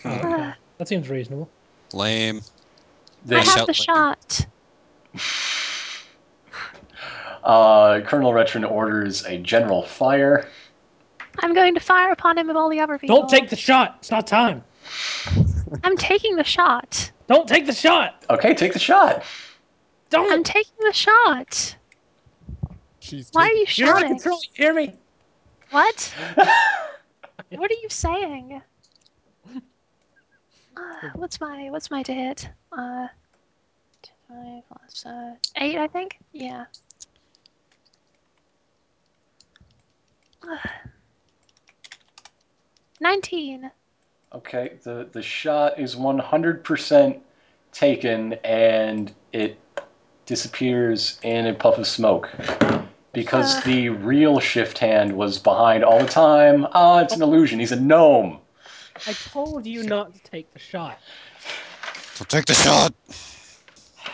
A: "Ah,
G: Oh, okay. That seems reasonable.
F: Lame.
A: I
C: They,
F: Yes.
A: have
F: shout
A: the
F: like-
A: shot.
C: uh, Colonel Retron orders a general fire.
A: I'm going to fire upon him with all the other people.
G: Don't take the shot. It's not time.
A: I'm taking the shot.
G: Don't take the shot.
C: Okay, take the shot.
A: I'm
G: Don't.
A: taking the shot.
E: She's
A: Why are you
G: You're out of
A: shouting?
G: control. You hear me?
A: What? what are you saying? Uh, what's my what's my to hit? Uh, five plus uh, eight, I think. Yeah. Uh, Nineteen.
C: Okay, the the shot is 100% taken, and it disappears in a puff of smoke because
A: Ugh.
C: the real shift hand was behind all the time. Ah, it's an illusion. He's a gnome.
G: I told you not to take the shot.
F: Don't take the shot.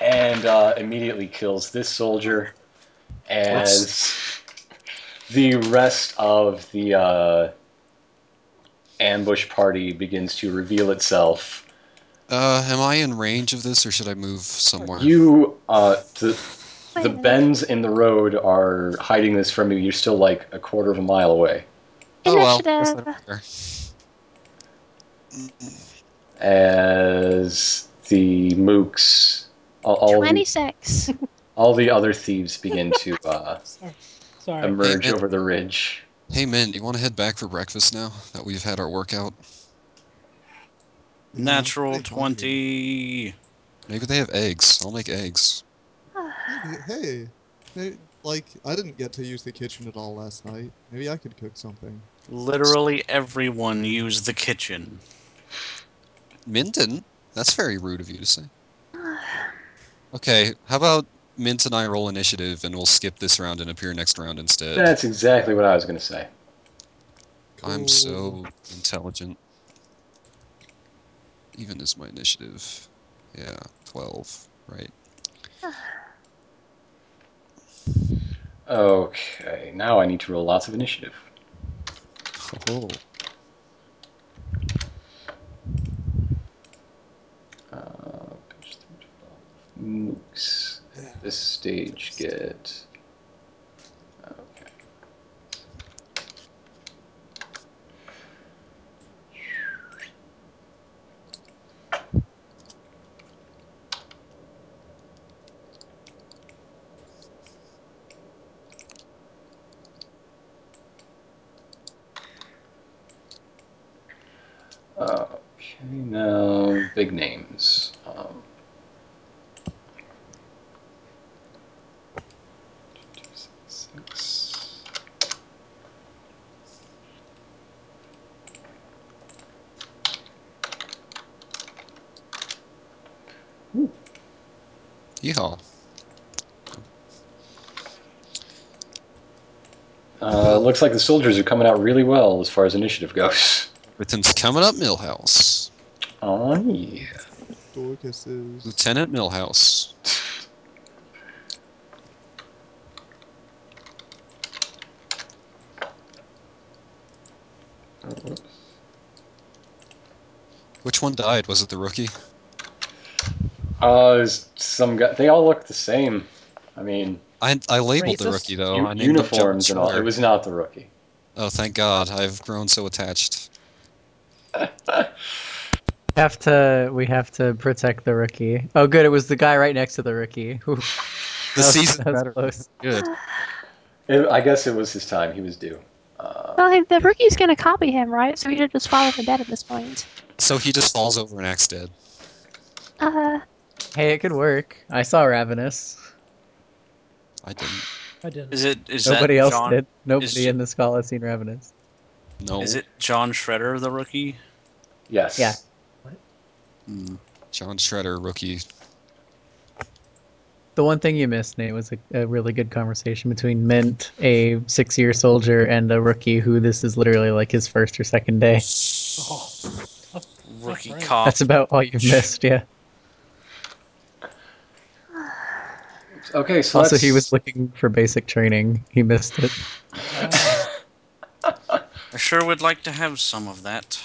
C: and uh, immediately kills this soldier as the rest of the uh, ambush party begins to reveal itself.
F: Uh, am I in range of this, or should I move somewhere?
C: You, uh, the,
A: Wait a
C: the
A: minute.
C: bends in the road are hiding this from you. You're still like a quarter of a mile away.
F: oh well. guess I
A: Initiative.
F: don't care.
C: As the mooks, all, all, the,
A: Twenty-six.
C: all the other thieves begin to uh,
G: Sorry.
C: emerge
F: Amen.
C: over the ridge.
F: Hey, Min, do you want to head back for breakfast now that we've had our workout?
D: Natural
E: Hey, hungry.
D: 20.
F: Maybe they have eggs. I'll make eggs.
E: Hey, hey, like I didn't get to use the kitchen at all last night. Maybe I could cook something.
D: Literally everyone used the kitchen.
F: Minton? That's very rude of you to say. Okay, how about Mint and I roll initiative and we'll skip this round and appear next round instead?
C: That's exactly what I was going to say.
F: I'm so intelligent. Even is my initiative. Yeah, 12, right?
C: Okay, now I need to roll lots of initiative.
F: Oh.
C: Uh, page 312. Mooks. This stage get. Okay. Okay, now big names. Um, six.
F: Yeehaw.
C: Uh, looks like the soldiers are coming out really well as far as initiative goes.
F: Everything's coming up, Millhouse.
C: Oh yeah.
E: Dorcas is.
F: Lieutenant Millhouse. Which one died? Was it the rookie?
C: Uh, there's some guy. They all look the same. I mean,
F: I, I labeled the
G: Racist.
F: rookie though.
C: u-
F: Oh, I named him John
C: uniforms and all. It
F: Schroeder.
C: was not the rookie.
F: Oh, thank God! I've grown so attached.
B: Have to we have to protect the rookie. Oh, good, it was the guy right next to the rookie. Ooh, that
F: The
B: was-
F: season
B: that was
F: better.
B: close.
F: Good.
C: It, I guess it was his time. He was due. Uh,
A: Well, the rookie's going to copy him, right? So he should just fall off the bed at this point.
F: So he just falls over and acts dead.
A: Uh,
B: Hey, it could work. I saw Ravenous.
F: I didn't.
G: I didn't.
D: Is it is
B: Nobody
D: that
B: else
D: John,
B: did. Nobody
D: is-
B: in this call has seen Ravenous.
F: No.
D: Is it John Shredder the rookie?
C: Yes.
B: Yeah.
F: Hmm. John Shredder, rookie.
B: The one thing you missed, Nate, was a, a really good conversation between Mint, a six-year soldier, and a rookie who this is literally like his first or second day.
G: Oh,
D: Rookie
G: right.
D: cop.
B: That's about all you missed, yeah.
C: Okay, so
B: Also,
C: let's-
B: he was looking for basic training. He missed it.
D: I sure would like to have some of that.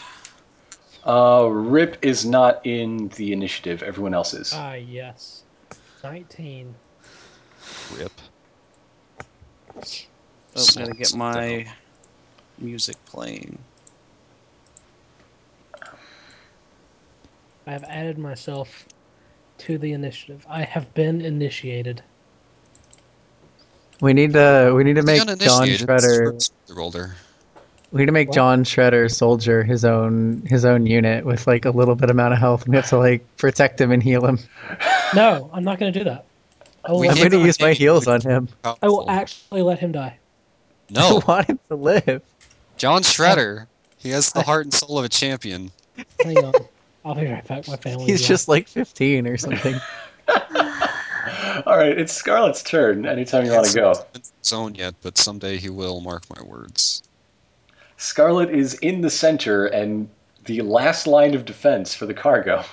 C: Uh, Rip is not in the initiative. Everyone else is.
G: ah, yes. 19.
F: Rip.
D: Oh, I'm gonna get
F: Sounds
D: my music playing.
G: I have added myself to the initiative. I have been initiated.
B: We need to we need to make
F: The
B: John
F: uninitiated
B: Shredder
F: starts with the Older.
B: we need to make
G: What?
B: John Shredder soldier his own his own unit with like a little bit amount of health. We have to like protect him and heal him.
G: No, I'm not going to do that. I will,
F: We
B: I'm
G: let,
B: going
F: did-
B: to
F: not
B: use my
F: make it
B: heals
F: with-
B: on him.
G: I will
F: Powerful.
G: actually let him die.
B: I
F: No,
B: want him to live.
F: John Shredder. He has the
G: I-
F: heart and soul of a champion.
G: Hang on. I'll be right back. My family.
B: He's just like 15 or something.
C: All right, it's Scarlet's turn. Anytime you want to go.
F: Zone yet, but someday he will. Mark my words.
C: Scarlet is in the center and the last line of defense for the cargo.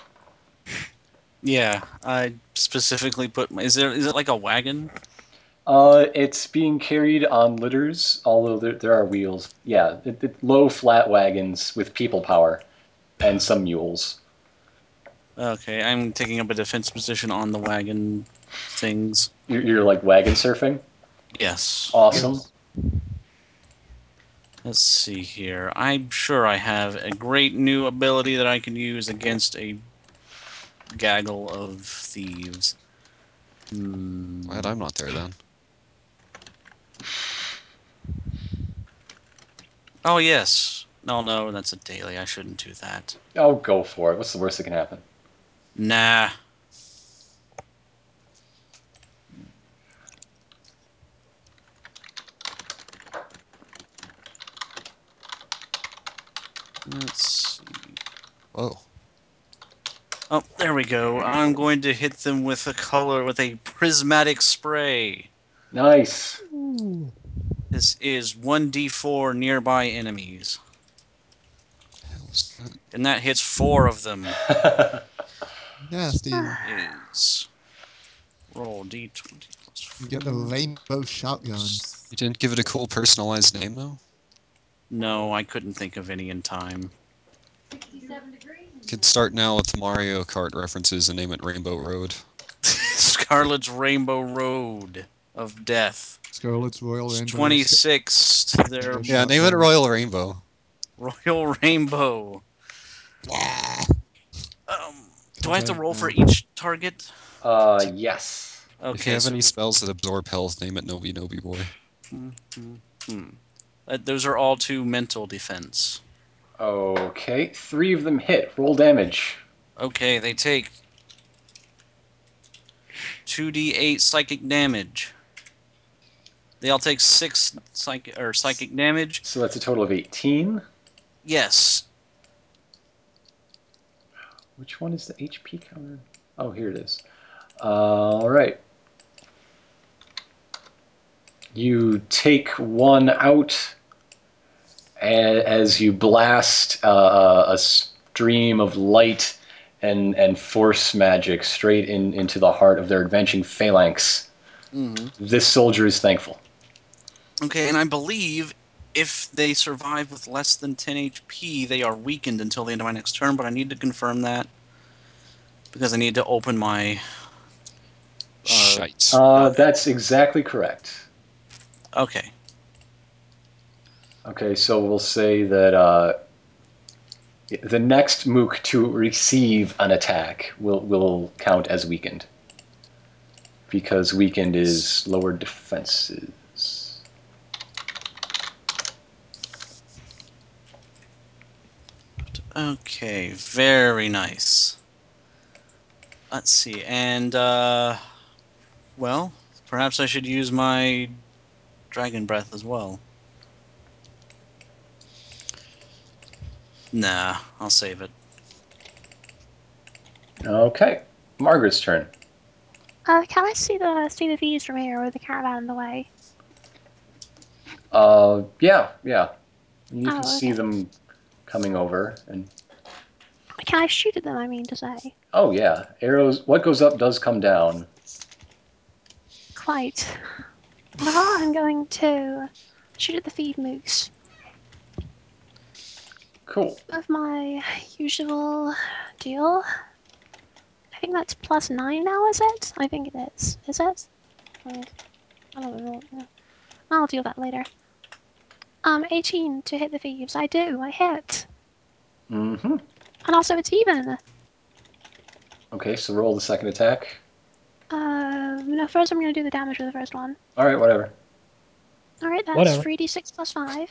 D: Yeah, I specifically put. My, is there? Is it like a wagon?
C: Uh, it's being carried on litters, although there, there are wheels. Yeah, it, it, low flat wagons with people power and some mules.
D: Okay, I'm taking up a defense position on the wagon things.
C: You're, you're like wagon surfing.
D: Yes.
C: Awesome.
D: Let's see here. I'm sure I have a great new ability that I can use against a gaggle of thieves. Hmm.
F: Glad I'm not there then.
D: Oh yes. No, no, that's a daily. I shouldn't do that.
C: Oh, go for it. What's the worst that can happen?
D: Nah. Let's see.
F: Whoa.
D: Oh, there we go. I'm going to hit them with a color with a prismatic spray.
C: Nice.
D: This is 1d4 nearby enemies.
F: Hell's that?
D: And that hits four of them.
E: Nasty.
D: Ah.
E: You
D: Is roll d20 plus four.
E: get a rainbow shotgun.
F: You didn't give it a cool personalized name though.
D: No, I couldn't think of any in time.
F: You could start now with Mario Kart references and name it Rainbow Road.
D: Scarlet's Rainbow Road of Death.
E: Scarlet's Royal
D: It's
E: Oh, Rainbow.
D: 26th. Their
E: Yeah.
F: Yeah, name it Royal Rainbow.
D: Royal Rainbow. Um, do I have to
E: Okay,
D: roll for
E: um,
D: each target?
C: Uh, yes.
F: if you
D: Okay.
F: have
D: so-
F: any spells that absorb health, name it Nobi Nobi Boy.
D: uh, those are all to mental defense.
C: Okay, three of them hit. Roll damage.
D: Okay, they take 2d8 psychic damage. They all take 6 psychic or psychic damage.
C: So that's a total of 18.
D: Yes.
C: Which one is the HP counter? Oh, here it is. Uh, all right. You take one out a- as you blast uh, a stream of light and, and force magic straight in, into the heart of their advancing phalanx.
D: Mm-hmm.
C: This soldier is thankful.
D: Okay, and I believe if they survive with less than 10 HP, they are weakened until the end of my next turn, but I need to confirm that because I need to open my
F: Shite.
C: Uh, that's exactly correct.
D: Okay.
C: Okay, so we'll say that uh, the next mook to receive an attack will, will count as weakened. Because weakened is lower defenses.
D: Okay, very nice. Let's see, and, uh, well, perhaps I should use my Dragon Breath as well. Nah, I'll save it.
C: Okay, Margaret's turn.
A: Uh, can I see the see the views from here with the caravan in the way?
C: Uh, yeah, yeah. You
A: Oh,
C: can see
A: okay.
C: them coming over, and
A: Can I shoot at them? I mean to say,
C: oh yeah, arrows. What goes up does come down.
A: quite. Well, I'm going to shoot at the feed moose
C: Cool.
A: with my usual deal. I think that's plus nine now, is it? I think it is. Is it? Mm, I don't know. I'll deal that later. Um, 18 to hit the thieves. I do. I hit.
C: Mm-hmm.
A: And also, it's even.
C: Okay, so roll the second attack.
A: Um, no, first I'm going to do the damage with the first one.
C: All right, whatever.
A: All right, that's
G: Whatever.
A: 3d6 plus 5.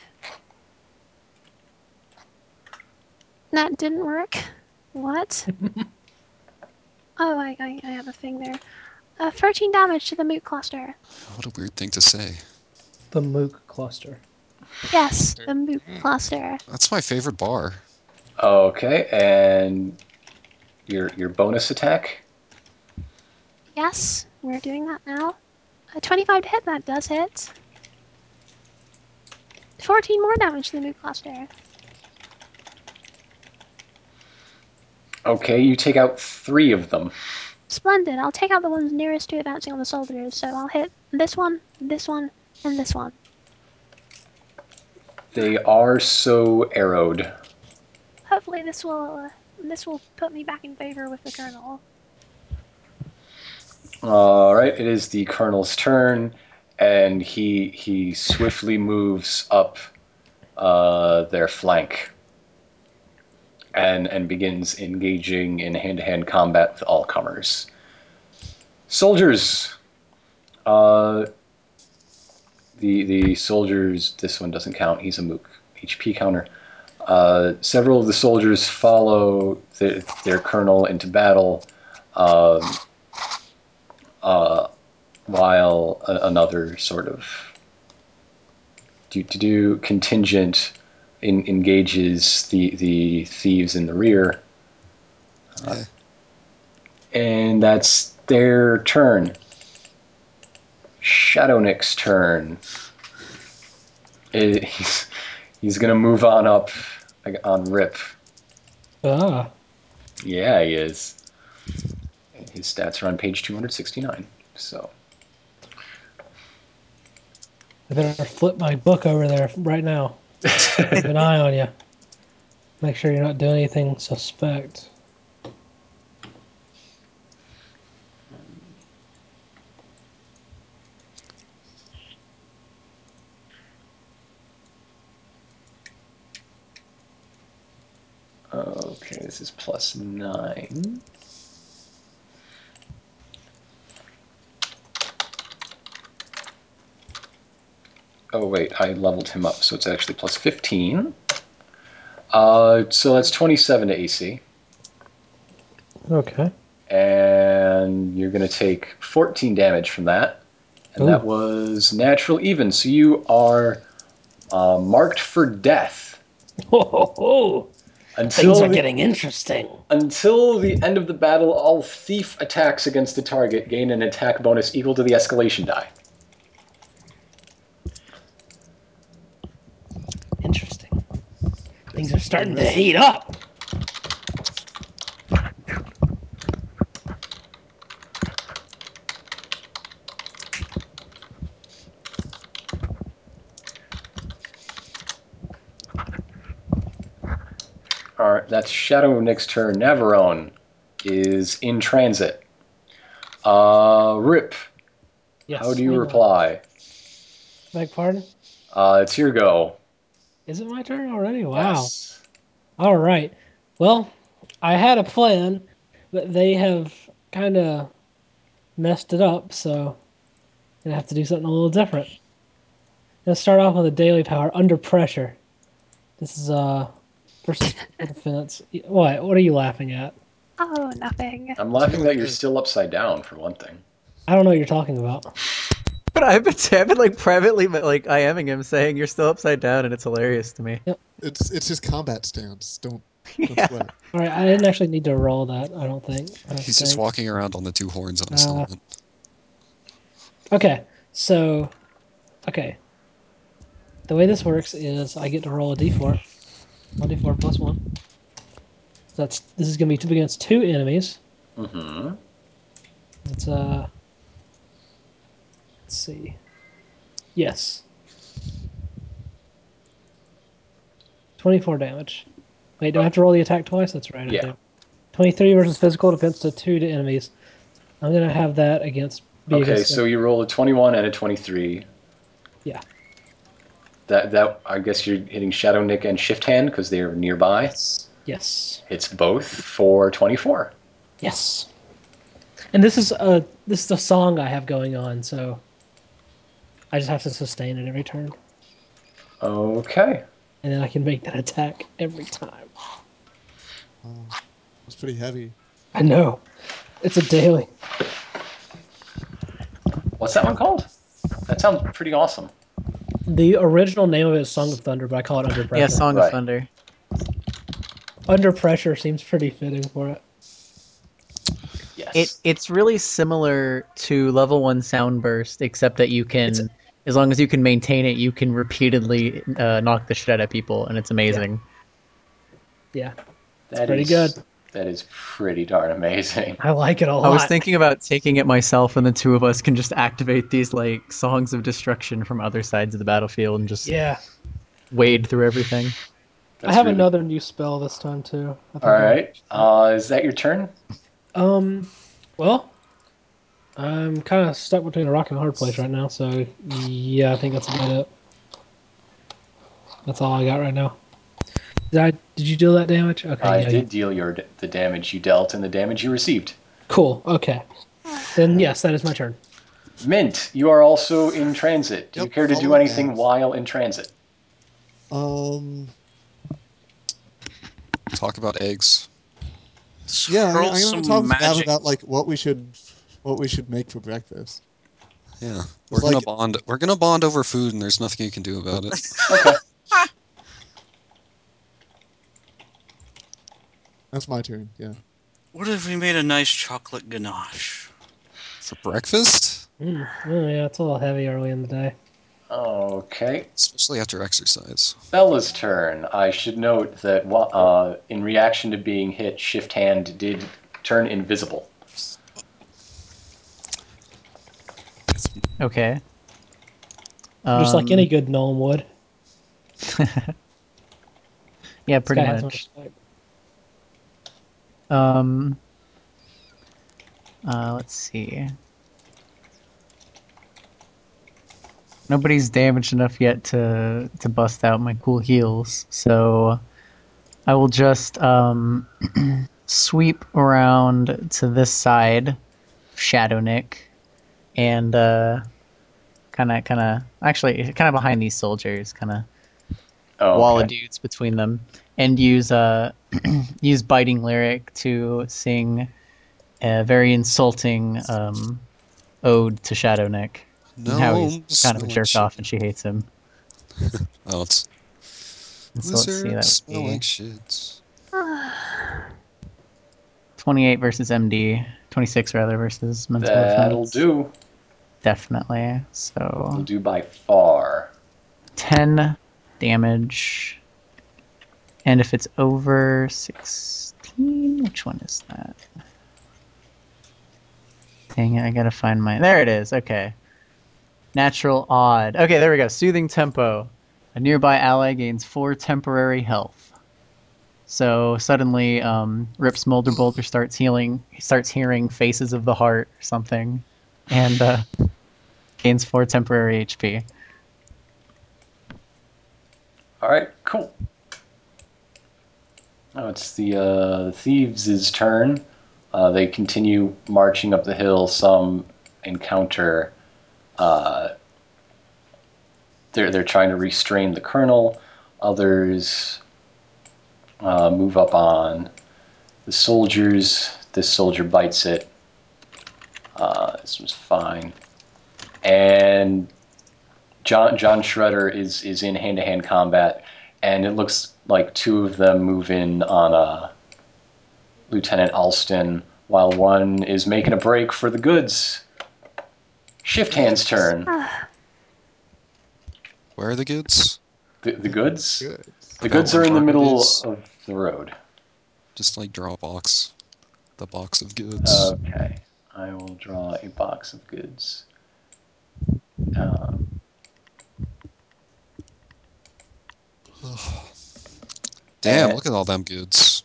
A: That didn't work. What? oh, I, I, I have a thing there. Uh, 13 damage to the moot cluster.
F: What a weird thing to say.
G: The Moog cluster.
A: Yes, the moot cluster.
F: That's my favorite bar.
C: Okay, and your your bonus attack.
A: Yes, we're doing that now. A 25 to hit, that does hit. 14 more damage to the moot cluster.
C: Okay, you take out three of them.
A: Splendid. I'll take out the ones nearest to advancing on the soldiers, so I'll hit this one, this one, and this one.
C: They are so arrowed.
A: Hopefully this will uh, this will put me back in favor with the colonel.
C: All right, it is the colonel's turn, and he he swiftly moves up uh, their flank, and and begins engaging in hand-to-hand combat with all comers. Soldiers. Uh, the the soldiers. This one doesn't count. He's a mook HP counter. Uh, several of the soldiers follow their, their colonel into battle. Um, uh, while a, another sort of do to do contingent in, engages the the thieves in the rear,
F: Yeah.
C: and that's their turn. Shadow Nick's turn. Eh, he's he's gonna move on up like, on Rip.
G: Ah,
C: Yeah, he is. And His stats are on page 269. So
G: I better flip my book over there right now. Keep an eye on you. Make sure you're not doing anything suspect.
C: Okay, this is plus nine. Oh wait, I leveled him up, so it's actually plus fifteen. Uh, so that's twenty-seven to AC,
G: Okay.
C: and you're gonna take fourteen damage from that, and that
G: Ooh.
C: was natural even. So you are uh, marked for death
G: Ho, ho, ho.
C: until
G: Things are
C: the-
G: getting interesting.
C: Until the end of the battle, all thief attacks against the target gain an attack bonus equal to the escalation die.
G: Interesting. Things are starting to heat up.
C: Alright, that's Shadow Nick's turn. Navarone is in transit. Uh, Rip,
G: Yes.
C: how do you
G: hang on.
C: reply?
G: Beg pardon?
C: Uh, it's your go.
G: Is it my turn already? Wow.
C: Yes.
G: All right. Well, I had a plan, but they have kind of messed it up, so I'm gonna have to do something a little different. Let's start off with a daily power under pressure. This is uh versus defense. What? What are you laughing at?
A: Oh, nothing.
C: I'm laughing that you're still upside down, for one thing.
G: I don't know what you're talking about.
B: But I've been, I've been like privately, but like IMing him, saying you're still upside down, and it's hilarious to me.
E: It's it's his combat stance. Don't Don't sweat.
G: All right, I didn't actually need to roll that. I don't think. I
F: He's just
G: think.
F: walking around on the two horns on
G: Uh,
F: a stiletto.
G: Okay, so, okay. The way this works is I get to roll a d4, one d4 plus one. So that's this is gonna be two against two enemies.
C: Mm-hmm.
G: It's uh. Let's see. Yes. Twenty-four damage. Wait, do I have to roll the attack twice? That's right. I
C: Yeah.
G: do. Twenty-three versus physical defense to two to enemies. I'm gonna have that against. be
C: Okay,
G: against the-
C: so you roll a 21 and a 23.
G: Yeah.
C: That that I guess you're hitting Shadow Nick and Shift Hand because they are nearby.
G: yes.
C: Hits both for 24.
G: Yes. And this is a this is the song I have going on, so I just have to sustain it every turn,
C: Okay.
G: and then I can make that attack every time.
E: It's pretty heavy.
G: I know, it's a daily.
C: What's that one called? That sounds pretty awesome.
G: The original name of it is Song of Thunder, but I call it Under Pressure.
B: Yeah, Song
C: Right.
B: of Thunder.
G: Under Pressure seems pretty fitting for it.
C: Yes.
B: It it's really similar to level one Soundburst, except that you can, as long as you can maintain it, you can repeatedly uh, knock the shit out of people, and it's amazing.
G: Yeah,
C: That
G: pretty
C: is-
G: good.
C: That is pretty darn amazing.
G: I like it a lot.
B: I was thinking about taking it myself, and the two of us can just activate these like songs of destruction from other sides of the battlefield and just
G: yeah,
B: wade through everything.
G: I
C: That's
G: have
C: really-
G: another new spell this time too. I think
C: All
G: I-
C: right. Uh, is that your turn?
G: Um, well, I'm kind of stuck between a rock and a hard place right now, so yeah, I think that's about it. That's all I got right now. Did I? Did you deal that damage? Okay,
C: I
G: yeah,
C: did deal your d- the damage you dealt and the damage you received.
G: Cool. Okay, then yes, that is my turn.
C: Mint, you are also in transit. Do you
E: Yep,
C: care to do
E: follow
C: anything
E: that.
C: while in transit?
E: Um,
F: Talk about eggs.
E: yeah,
D: Scroll
E: I'm, I'm gonna
D: some
E: talk to Dad
D: magic.
E: about like what we should, what we should make for breakfast.
F: Yeah, we're
E: like-
F: gonna bond. We're gonna bond over food, and there's nothing you can do about it.
E: That's my turn. Yeah.
D: What if we made a nice chocolate ganache?
F: for breakfast,
G: Mm, oh yeah, it's a little heavy early in the day.
C: Okay.
F: especially after exercise.
C: Bella's turn. I should note that wa- uh, in reaction to being hit, Shift Hand did turn invisible.
B: Okay.
G: Just like
B: Um,
G: any good gnome would. This
B: Yeah, pretty
G: guy has my
B: much.
G: respect.
B: Um, uh, let's see. Nobody's damaged enough yet to to bust out my cool heels, so I will just um, sweep around to this side, Shadow Nick, and uh, kind of, kind of, actually, kind of behind these soldiers, kind of
C: Oh,
B: wall
C: okay.
B: of dudes between them and use uh use biting lyric to sing a very insulting um ode to Shadow Nick.
F: No,
B: and how he's kind of a jerk off and she hates him.
F: Oh, it's
B: And so let's see,
F: lizards
B: that
F: smell
B: would be
F: like shit.
B: 28 versus MD, 26 rather versus mental
C: That'll
B: offense.
C: do.
B: Definitely.
C: Will
B: So
C: do by far.
B: 10 damage. And if it's over 16, which one is that? Dang it, I gotta find my. There it is, okay. Natural odd. Okay, there we go. Soothing tempo. A nearby ally gains four temporary health. So suddenly, um, Rip Smolder Boulder starts healing, starts hearing faces of the heart or something, and uh, gains four temporary HP.
C: All right, cool. Now it's the uh, thieves' turn. Uh, they continue marching up the hill. Some encounter. Uh, they're they're trying to restrain the colonel. Others uh, move up on the soldiers. This soldier bites it. Uh, this was fine. And John John Shredder is is in hand to hand combat and it looks like two of them move in on uh, Lieutenant Alston, while one is making a break for the goods. Shift hand's turn.
F: Where are the goods?
C: The, the goods?
E: Good.
C: The goods are in the middle of the road.
F: Just like draw a box. The box of goods.
B: Uh,
C: Okay, I will draw a box of goods. Um,
F: Damn,
C: eh.
F: look at all them goods.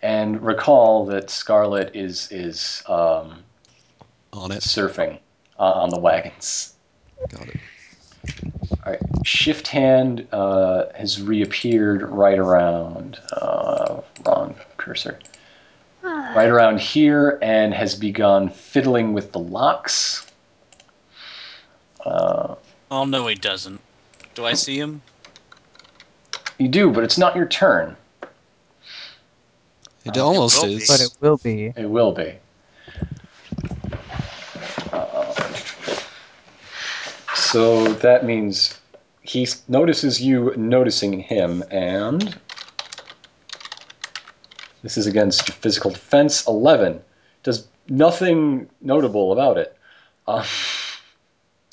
C: and recall that Scarlet is is um,
F: On it.
C: surfing uh, on the wagons.
F: Got it.
C: All right, Shift Hand uh, has reappeared right around uh, wrong cursor,
A: Ah.
C: right around here, and has begun fiddling with the locks.
D: Oh no, he doesn't. Do I see him?
C: You do, but it's not your turn.
F: It almost
D: will be.
F: is.
B: But it will be.
C: It will be. So that means he s- notices you noticing him, and this is against physical defense 11. Does nothing notable about it. Uh,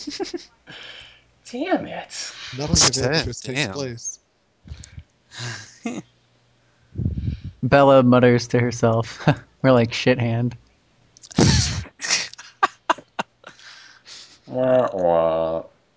C: damn it.
E: Nothing of
F: Damn.
E: interest takes place.
B: Bella mutters to herself. We're like shit hand.
C: Wah, wah.